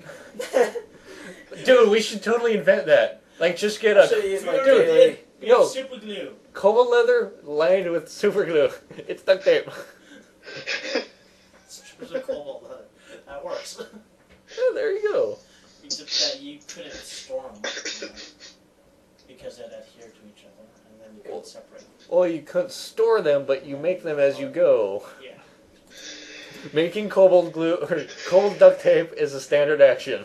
dude. We should totally invent that. Like, just get I should a have used my Dude. daily. We Yo. have super glue. cobalt leather lined with super glue. It's duct tape. Strips of cobalt leather. That works. Yeah, there you go. Except that you couldn't store them you know, because they'd adhere to each other, and then you couldn't Well- separate. Them. Well, you couldn't store them, but you make them as you go. Yeah. Making cobalt glue or cobalt duct tape is a standard action.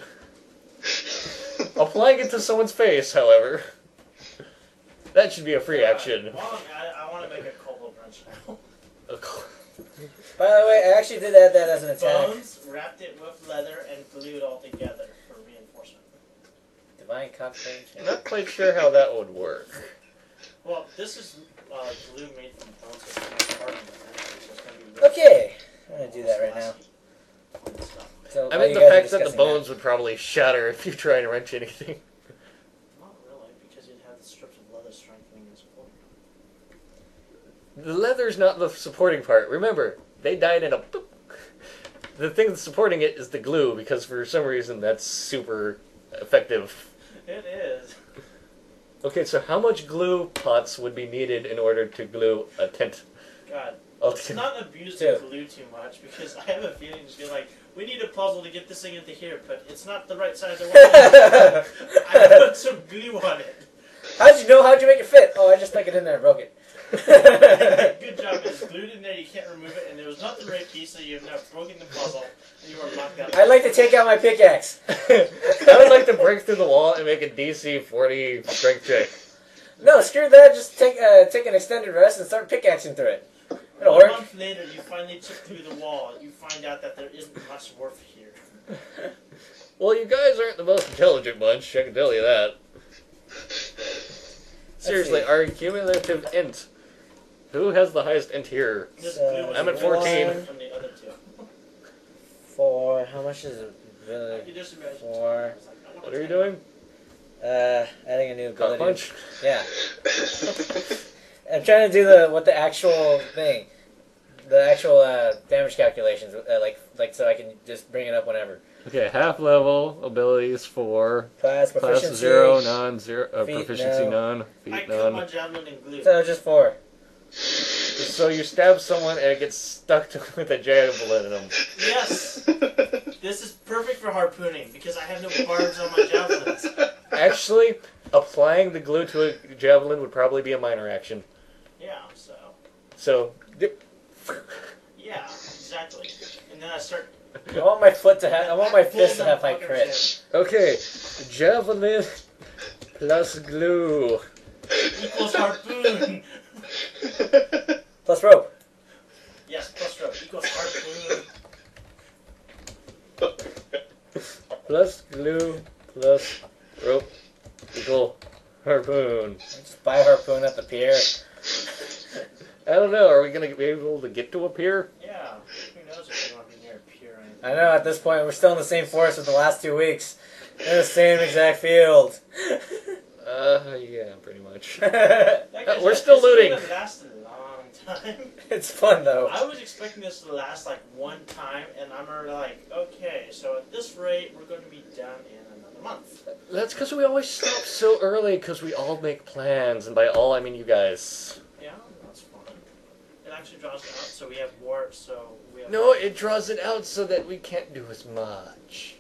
Applying it to someone's face, however, that should be a free action. Well, I, I want to make a cobalt wrench now. A co- By the way, I actually did add that as an attack. Bones, wrapped it with leather, and glued all together for reinforcement. The divine concentration. Not quite sure how that would work. Well, this is uh, glue made from bones that's gonna be hardened eventually, so it's gonna be really- Okay, I'm gonna do that right now. So I while mean, you the guys are fact that the discussing bones would probably shatter if you try and wrench anything. Not really, because it had the strips of leather strengthening and support. The leather's not the supporting part. Remember, they died in a. boop. The thing that's supporting it is the glue because for some reason that's super effective. It is. Okay, so how much glue pots would be needed in order to glue a tent? God, Oh, let's not abuse Two. the glue too much because I have a feeling it's gonna be like we need a puzzle to get this thing into here, but it's not the right size. I want. I put some glue on it. How'd you know? How'd you make it fit? Oh, I just stuck it in there and broke it. Good job. It's glued in there. You can't remove it, and there was not the right piece, so you have now broken the puzzle, and you are locked out. I'd like to take out my pickaxe. I would like to break through the wall and make a DC 40 strength check. No, screw that. Just take uh, take an extended rest and start pickaxing through it. It'll One work. month later, you finally chip through the wall. You find out that there isn't much worth here. Well, you guys aren't the most intelligent bunch, I can tell you that. Seriously, see. our cumulative int. Who has the highest int here? This So, glue was I'm at more 14. different From the other two. Four. How much is it? I Really? could just imagine. Four. It's like, I want What to are you try- doing? Uh, adding a new Cock ability. punch? Yeah, I'm trying to do the what the actual thing, the actual uh, damage calculations, uh, like like so I can just bring it up whenever. Okay, half level, abilities 4, Class class proficiency. 0, non zero, uh, Feet, proficiency no. none, I feet cut my none. javelin in glue. So just four. So you stab someone and it gets stuck to, with a javelin in them. Yes, this is perfect for harpooning because I have no barbs on my javelins. Actually, applying the glue to a javelin would probably be a minor action. Yeah, so So, dip. yeah, exactly. And then I start. I want my foot to have. I want my fist to have high crit. okay, javelin plus glue. equals harpoon. Plus rope. Yes, plus rope equals harpoon. plus glue plus rope equal harpoon. Just buy a harpoon at the pier. I don't know. Are we gonna be able to get to a pier? Yeah, who knows if you want to be near a pier or anything. I know. At this point, we're still in the same forest with the last two weeks. In the same exact field. Uh, yeah, pretty much. That Uh, guy's we're like, still this looting. Oh. could have lasted a long time. it's fun though. I was expecting this to last like one time, and I'm already like, okay, so at this rate, we're going to be done in another month. That's because we always stop so early because we all make plans, and by all I mean you guys. Yeah, that's fun. It actually draws it out, so we have more, so we have. No, it draws it out so that we can't do as much.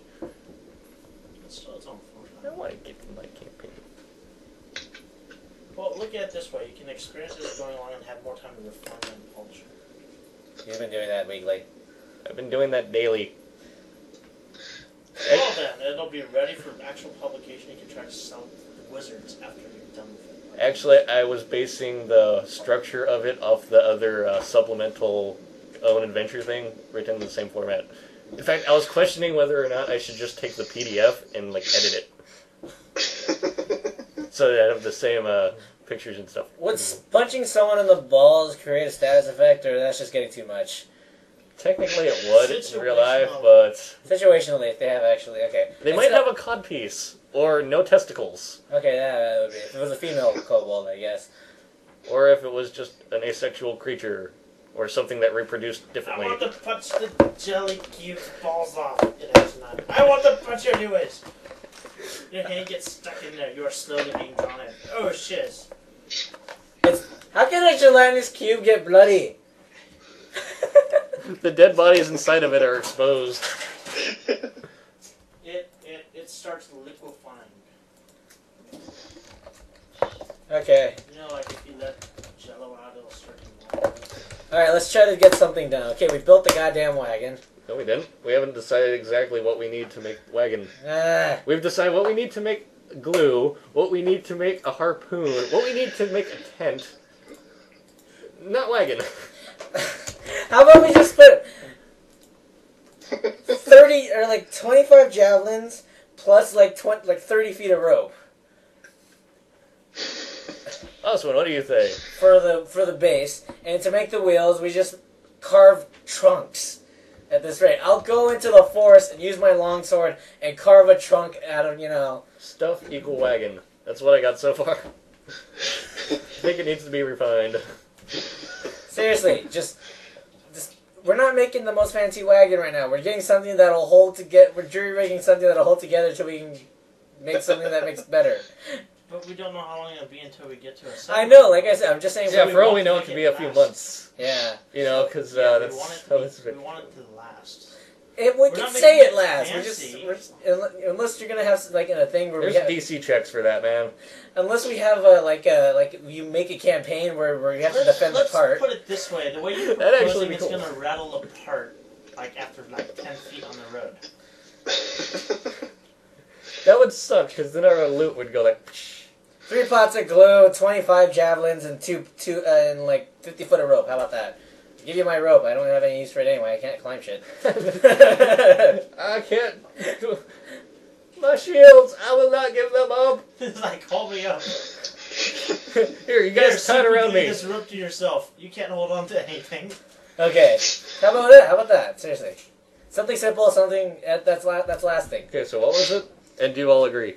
It's still its own I fun. want to get in my campaign. Well, look at it this way: you can experience it as going along and have more time to refine and polish. it. You've been doing that weekly. I've been doing that daily. Well, then it'll be ready for actual publication. You can try to sell it to wizards after you're done with it. Actually, I was basing the structure of it off the other uh, supplemental own adventure thing written in the same format. In fact, I was questioning whether or not I should just take the PDF and like edit it so that I have the same uh, pictures and stuff. What's Mm-hmm. punching someone in the balls create a status effect, or that's just getting too much? Technically, it would in real life, but Situationally, if they have actually okay, they It's might not- have a codpiece or no testicles, Okay, yeah, that would be. If it was a female kobold, I guess. or if it was just an asexual creature or something that reproduced I differently. want to punch the jelly cube's balls off. It has none. I want to punch your anyways. Your hand gets stuck in there. You are slowly being drawn in. Oh shit. How can a gelatinous cube get bloody? The dead bodies inside of it are exposed. It it it starts liquefying. okay, You know, like if you let jello out, it'll start to melt. all right, let's try to get something done. Okay, we built the goddamn wagon. No, we didn't. We haven't decided exactly what we need to make wagon. Ah, We've decided what we need to make glue, what we need to make a harpoon, what we need to make a tent. Not wagon. how about we just put thirty or like twenty-five javelins, plus like twenty, like thirty feet of rope Oswin, what do you think? for the for the base, and to make the wheels, we just carve trunks. At this rate, I'll go into the forest and use my longsword and carve a trunk out of you know. Stuff equal wagon. That's what I got so far. I think it needs to be refined. Seriously, just, just we're not making the most fancy wagon right now. We're getting something that'll hold together. We're jury rigging something that'll hold together till we can make something that makes better. But we don't know how long it'll be until we get to a I second know, like I said, I'm just saying. Yeah, we- for all we know, it could be a few months. yeah. You know, because Yeah, uh, we want that's it, how we- it's we, been. want it to last. It, we We're can not say making it it last. We're just, fancy. we're just unless, unless you're gonna have like a thing where There's we have, DC checks for that, man. unless we have a like a like you make a campaign where where you have to let's, defend the let's part. put it this way: the way you're That'd actually proposing be it's cool. gonna rattle apart, like after like ten feet on the road. That would suck because then our loot would go like. psh. Three pots of glue, twenty five javelins, and two two uh, and like fifty foot of rope. How about that? Give you my rope. I don't have any use for it anyway. I can't climb shit. I can't. do- My shields. I will not give them up. it's like hold me up. Here, you guys Here, tied around superglue me. This rope to yourself. You can't hold on to anything. okay. How about that? How about that? Seriously, something simple, something uh, that's la- that's lasting. Okay, so what was it? And do you all agree?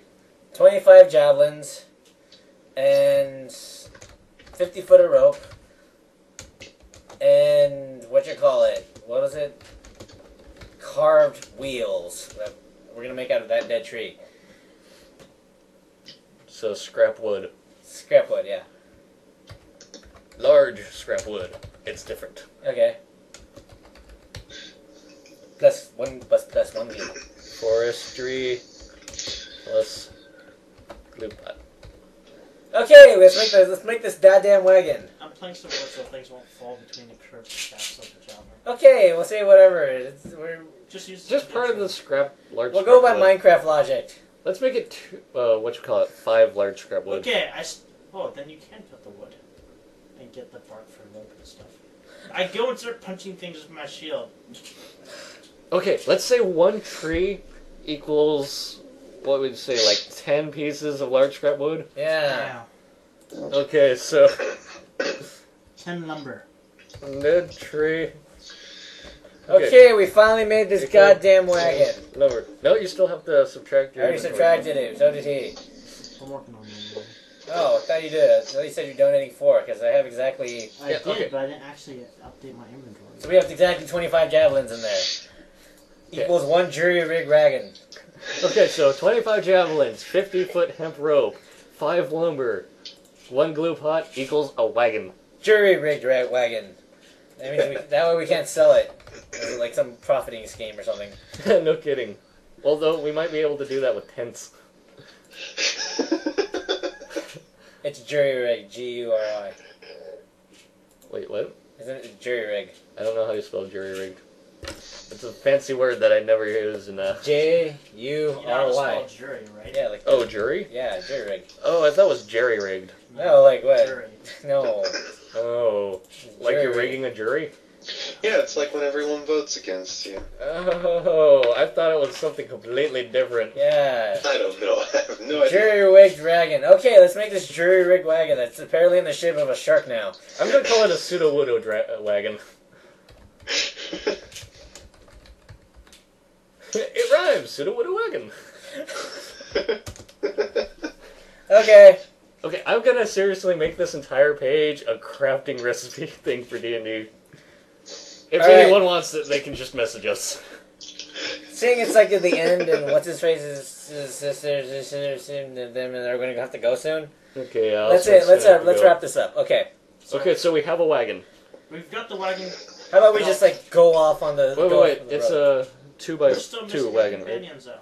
25 javelins and 50 foot of rope and what you call it what was it carved wheels that we're gonna make out of that dead tree So scrap wood, scrap wood yeah large scrap wood. It's different. okay plus one plus, plus one wheel Forestry plus glue pot. okay let's make this let's make this goddamn wagon I'm playing some wood so things won't fall between the curved shafts of the javelin. okay we'll say whatever it's, we're, Just use Just part of the scrap large. we'll go by scrap wood. minecraft logic Let's make it two, uh, what you call it? Five large scrap wood. Okay, I. s- Oh, then you can cut the wood and get the bark for rope and stuff. I go and start punching things with my shield. Okay, let's say one tree equals what would you say like ten pieces of large scrap wood. yeah Wow. Okay, so Ten lumber. mid tree. okay, we finally made this goddamn wagon Lower. No, you still have to subtract I your. already inventory. subtracted it. So did he. I'm working on them. Oh, I thought you did. I thought you said you're donating four because I have exactly. I Yeah, did, okay. but I didn't actually update my inventory. So we have exactly 25 javelins in there. Okay. Equals one jury rig wagon. Okay, so 25 javelins, 50 foot hemp rope, 5 lumber, 1 glue pot equals a wagon. Jury rigged ra- wagon. That means we, that way we can't sell it. It's like some profiting scheme or something. no kidding. Although we might be able to do that with tents. It's jury rig. G U R I. Wait, what? Isn't it jury rig? I don't know how you spell jury rigged. It's a fancy word that I never use in uh J U You know how R to Y. spell jury, right? Yeah, like. Oh, jury? Yeah, jury rig. Oh, I thought it was jerry rigged. No, like what? Jury. No. Oh, like Jury you're rig. rigging a jury? yeah, it's like when everyone votes against you. Oh, I thought it was something completely different. Yeah. I don't know. I have no idea. Jury rigged dragon. Okay, let's make this jury rigged wagon that's apparently in the shape of a shark now. I'm gonna call it a pseudo widow dra- wagon. it rhymes, pseudo widow wagon. Okay. Okay, I'm gonna seriously make this entire page a crafting recipe thing for D and D. If All right. anyone wants it, they can just message us. Seeing it's like at the end and what's his face is his sisters, his sisters, and them, and they're going to have to go soon. Okay, uh, Let's so it's it. Let's gonna uh, have to let's go. wrap this up. Okay. So Okay, so we have a wagon. We've got the wagon. How about we just like go off on the? Wait, wait, go wait. off on the It's road. a two by We're still two missing wagon, right? companions, though.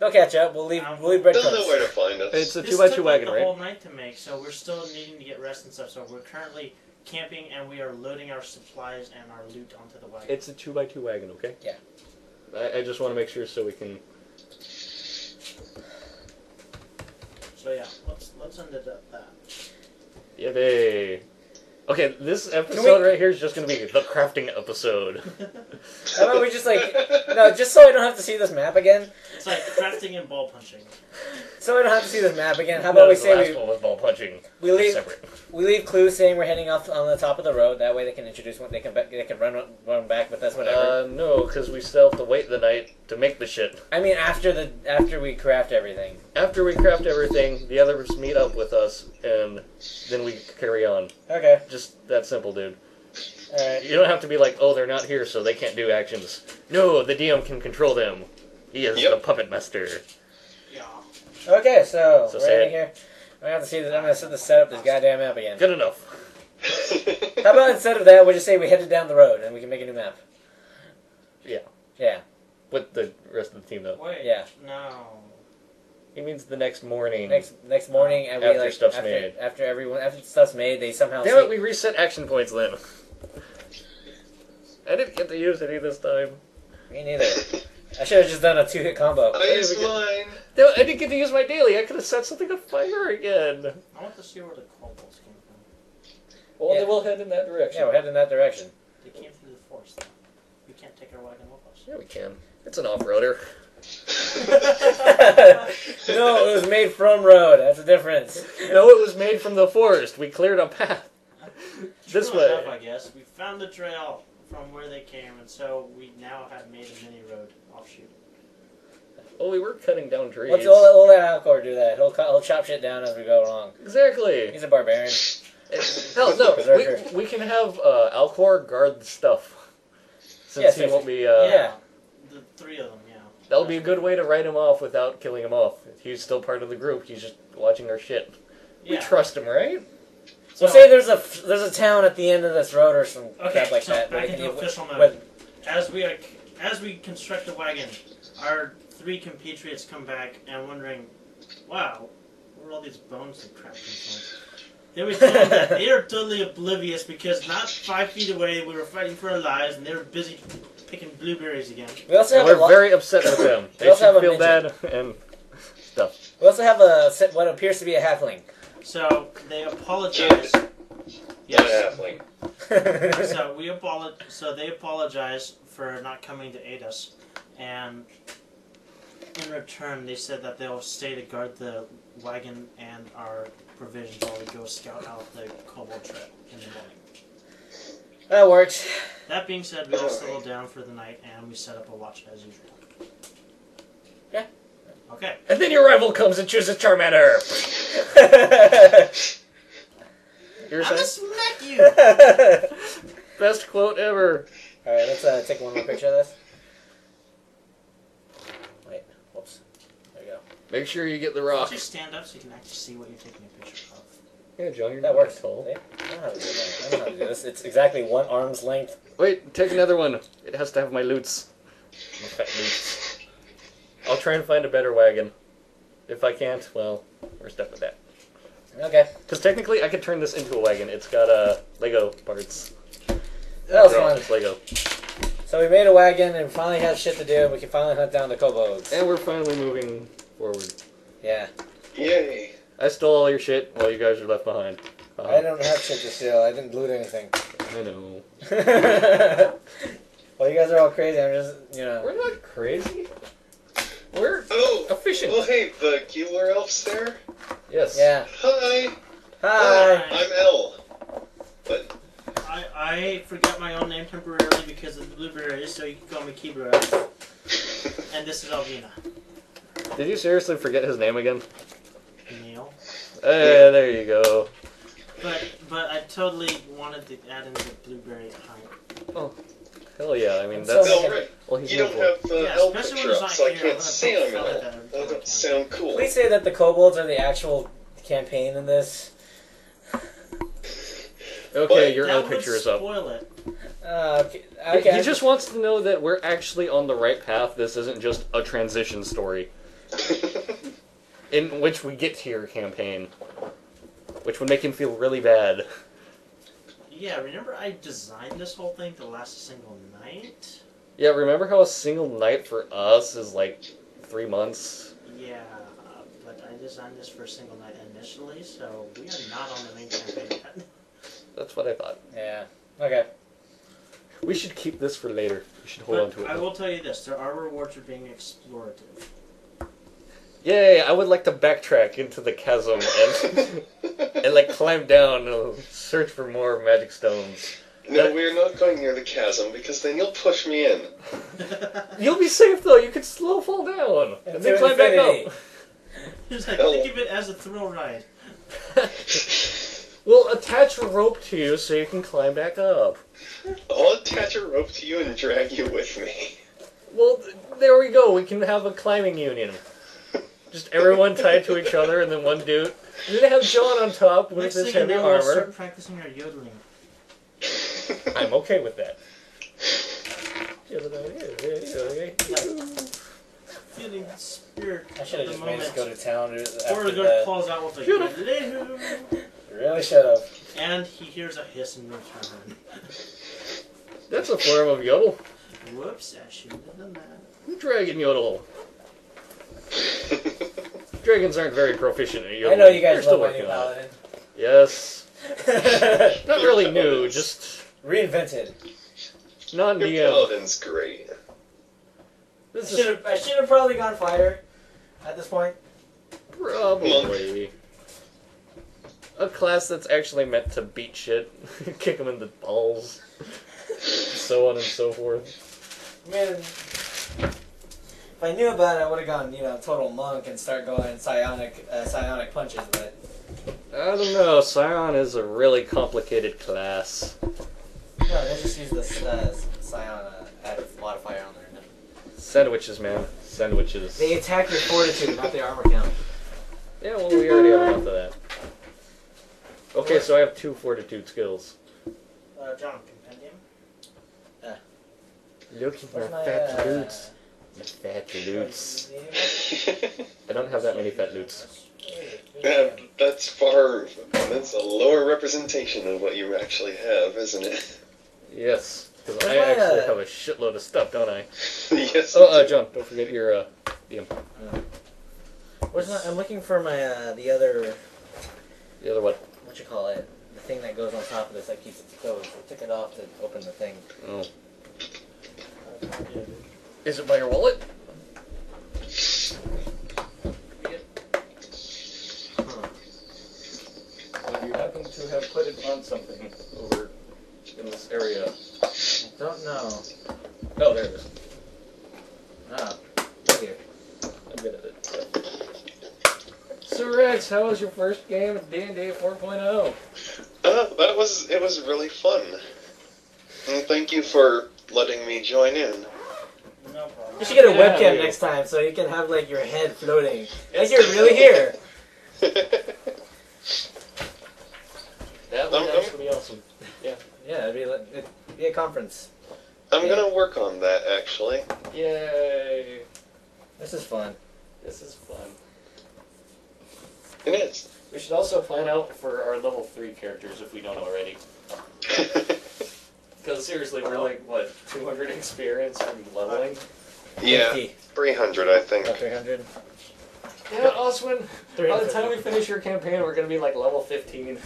They'll catch up. We'll leave. We'll leave breadcrumbs. They'll know where to find us. It's a This two by took, two like, wagon, the right? whole night to make, so we're still needing to get rest and stuff. So we're currently camping and we are loading our supplies and our loot onto the wagon. It's a two by two wagon, okay? Yeah. I, I just want to make sure so we can. so yeah, let's let's end it at that. Yippee! Okay, this Can episode we- right here is just gonna be the crafting episode. How about we just like no, just so I don't have to see this map again. It's like crafting and ball punching. So I don't have to see this map again. How No, about we the say last we, one was ball punching. we leave Separate. we leave clues saying we're heading off on the top of the road. That way they can introduce one. They can they can run run back with us whatever. Uh, no, because we still have to wait the night to make the shit. I mean after the after we craft everything. After we craft everything, the others meet up with us, and then we carry on. Okay. Just that simple, dude. All right. You don't have to be like, oh, they're not here, so they can't do actions. No, the DM can control them. He is Yep. the puppet master. Yeah. Okay. So, So we're say ending it. here. I'm gonna have to see this. I'm gonna set the setup this goddamn map again. Good enough. How about instead of that, we just say we headed down the road and we can make a new map. Yeah. Yeah. With the rest of the team, though. Wait. Yeah. No. He means the next morning. Next next morning and we After like stuff's after, made. after everyone after stuff's made they somehow Damn say- it, we reset action points, Lynn. I didn't get to use any this time. Me neither. I should have just done a two hit combo. I used mine. Damn it, I didn't get to use my daily. I could have set something on fire again. I want to see where the kobolds came from. Well, Yeah. then we'll head in that direction. Yeah, we're heading in that direction. They came through the forest. We can't take our wagon with us. Yeah, we can. It's an off-roader. no, it was made from road. That's the difference. no, it was made from the forest. We cleared a path. This True way. Enough, I guess we found the trail from where they came, and so we now have made a mini road offshoot. Oh, we were cutting down trees. Let's all, all let Alcor do that. He'll, cut- he'll chop shit down as we go along. Exactly. He's a barbarian. Hell no, Berserker. we, we can have uh, Alcor guard the stuff. Since Yes, he yes. won't be, uh, yeah, the three of them. Yeah. that'll be a good way to write him off without killing him off. He's still part of the group. He's just watching our shit. Yeah. We trust him, right? So So- say there's a f- there's a town at the end of this road or some Okay, crap like so that. that back we can into do- official mode. with- As we are, as we construct the wagon, our three compatriots come back and wondering, "Wow, where are all these bones and crap come from?" Then we tell them that they are totally oblivious because not five feet away we were fighting for our lives and they were busy picking blueberries again. we also And have a we're lo- very upset with them. They also have should a feel midget. bad and stuff. we also have a se- what appears to be a halfling. So they apologize. Yes. Not a halfling. so we apologize. So they apologize for not coming to aid us, and in return, they said that they'll stay to guard the wagon and our provisions while we go scout out the cobalt trail in the morning. that works. That being said, we all settle down for the night and we set up a watch as usual. Yeah. Okay. And then your rival comes and chooses Charmander. Here's I'm gonna the smack you. All best quote ever. right, let's uh, take one more picture of this. Wait, whoops. There we go. Make sure you get the Why rock. don't you stand up so you can actually see what you're taking a picture of? Yeah, John, you're That not works. tall. See? I know how to do that. I know how to do this. It's exactly one arm's length. Wait, take another one. It has to have my loots. My fat loots. I'll try and find a better wagon. If I can't, well, we're stuck with that. Okay, Because technically, I could turn this into a wagon. It's got uh, Lego parts. that was They're all fun. just Lego. So we made a wagon and finally had shit to do, and we can finally hunt down the kobolds. And we're finally moving forward. Yeah, Yay. I stole all your shit while you guys are left behind. Uh, I don't have shit to steal. I didn't loot anything. I know. well, you guys are all crazy. I'm just, you know. We're not crazy. We're Oh, efficient. well, hey, the Keeler elf's there. Yes. Yeah. Hi. Hi. I'm El. But I, I forgot my own name temporarily because of the blueberries, so you can call me Kibra. And this is Alvina. Did you seriously forget his name again? Neil. Eh, there you go. But but I totally wanted to add in the blueberry pie. Hell yeah. I mean, I'm so that's. no, right. Well, he's You don't beautiful. have the Yeah, El especially when picture it's up, not so I here, I'm can't gonna see put him at color all. down if I That can. don't sound cool. Please say that the kobolds are the actual campaign in this. Okay, your that own would picture is up. spoil it. Uh, okay. He- okay. He just wants to know that we're actually on the right path. This isn't just a transition story in which we get to your campaign, which would make him feel really bad. Yeah, remember I designed this whole thing to last a single night? Yeah, remember how a single night for us is like three months? Yeah, uh, but I designed this for a single night initially, so we are not on the main campaign yet. That's what I thought. Yeah. Okay. We should keep this for later. We should hold But on to it. I though. will tell you this: there are rewards for being explorative. Yay! I would like to backtrack into the chasm and, and like climb down and search for more magic stones. no, we're not going near the chasm because then you'll push me in. You'll be safe though. You can slow fall down and then Into climb back infinity. up. It's like, Oh. think of it as a thrill ride. We'll attach a rope to you so you can climb back up. I'll attach a rope to you and drag you with me. Well, th- there we go. We can have a climbing union. Just everyone tied to each other, and then one dude. And then have John on top with Next his thing you heavy know, I'll armor. start practicing our yodeling. I'm okay with that. uh, Feeling the spirit I should have of the just made moment. us go to town. After Or the- the calls out with a Should've. yodelay. Really should have. And he hears a hiss in return. That's a form of yodel. Whoops, I shouldn't have done that. Dragon yodel. Dragons aren't very proficient at yodeling. I know you guys They're love still my new working on it. paladin. Yes. Not really new, Paladins. just Reinvented. non Your DM. paladin's great. This Should is have. I should have probably gone fire. At this point. probably a class that's actually meant to beat shit, kick them in the balls, so on and so forth. Man, if I knew about it, I would have gone, you know, total monk and start going psionic, uh, psionic punches. But I don't know. Scion is a really complicated class. no, they just use the uh, psion uh, added modifier on there. Sandwiches, man. Sandwiches. They attack your fortitude, not their armor count. Yeah, well, we already have enough of that. Okay, so I have two fortitude skills. Uh, John, compendium. Look at Where's my uh, My fat medium? I don't have that many fat loots. yeah, that's far. That's a lower representation of what you actually have, isn't it? Yes, because I Where's my, actually uh, have a shitload of stuff, don't I? yes. Oh, Uh-uh, uh, John, don't forget your uh, Where's my? I'm looking for my uh, the other the other one. what you call it, the thing that goes on top of this that keeps it closed. I took it off to open the thing. Oh. Yeah, dude. Is it by your wallet? you happen to have put it on something over in this area. I don't know. Oh, there it is. Oh, right here. I'm good at it. So Rex, how was your first game at oh? D&D 4.0? Uh, that was it. Was really fun. And thank you for letting me join in. No problem. You should get a Yeah, webcam we- next time so you can have like your head floating. Like you're really here. That would Um, be awesome. Yeah, it'd be, like- it'd be a conference. I'm gonna work on that actually. Yay! This is fun. This is fun. It is. We should also plan out for our level 3 characters if we don't already. Because seriously, we're like, what, 200 experience from leveling? yeah, 50, three hundred, I think. about 300. Yeah, Oswin, by the 350. time we finish your campaign, we're going to be like level 15.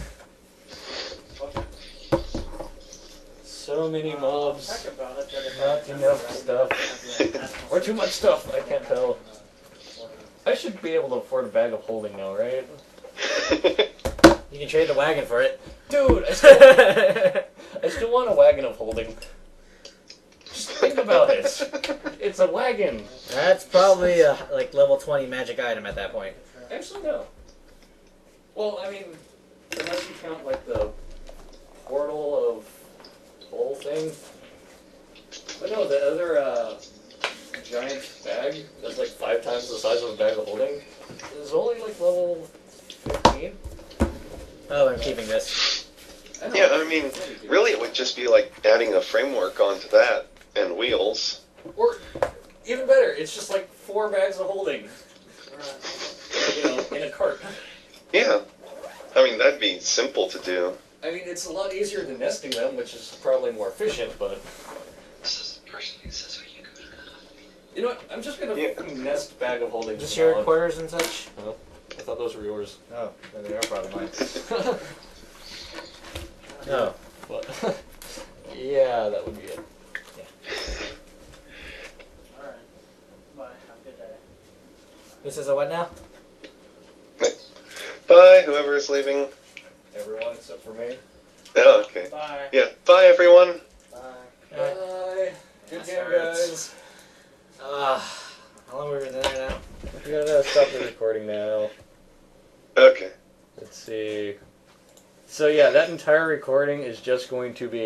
So many mobs. Talk about it. Not enough stuff. Or too much stuff, I can't tell. I should be able to afford a bag of holding now, right? You can trade the wagon for it. Dude, I still, I still want a wagon of holding. Just think about it. It's a wagon. That's probably a like level 20 magic item at that point. Actually, no. Well, I mean, unless you count like the portal of whole thing. But no, the other uh, giant bag that's like five times the size of a bag of holding is only like level 15. Oh, I'm keeping this. I don't yeah, know. I mean, really, it would just be like adding a framework onto that and wheels. Or even better, it's just like four bags of holding, uh, you know, in a cart. Yeah, I mean that'd be simple to do. I mean, it's a lot easier than nesting them, which is probably more efficient, but. You know what? I'm just gonna Yeah. fucking nest bag of holding. Just from now your on. quarters and such? I thought those were yours. Oh, they are probably mine. I No. But yeah, that would be it. Alright. Bye. Have a good day. This is a what now? Bye, whoever is leaving. Everyone except for me. Oh, okay. Bye. Yeah, bye, everyone. Bye. Bye. Good That game, hurts. guys. Uh, how long we been there now? We gotta stop the recording now. Okay. Let's see. So yeah, that entire recording is just going to be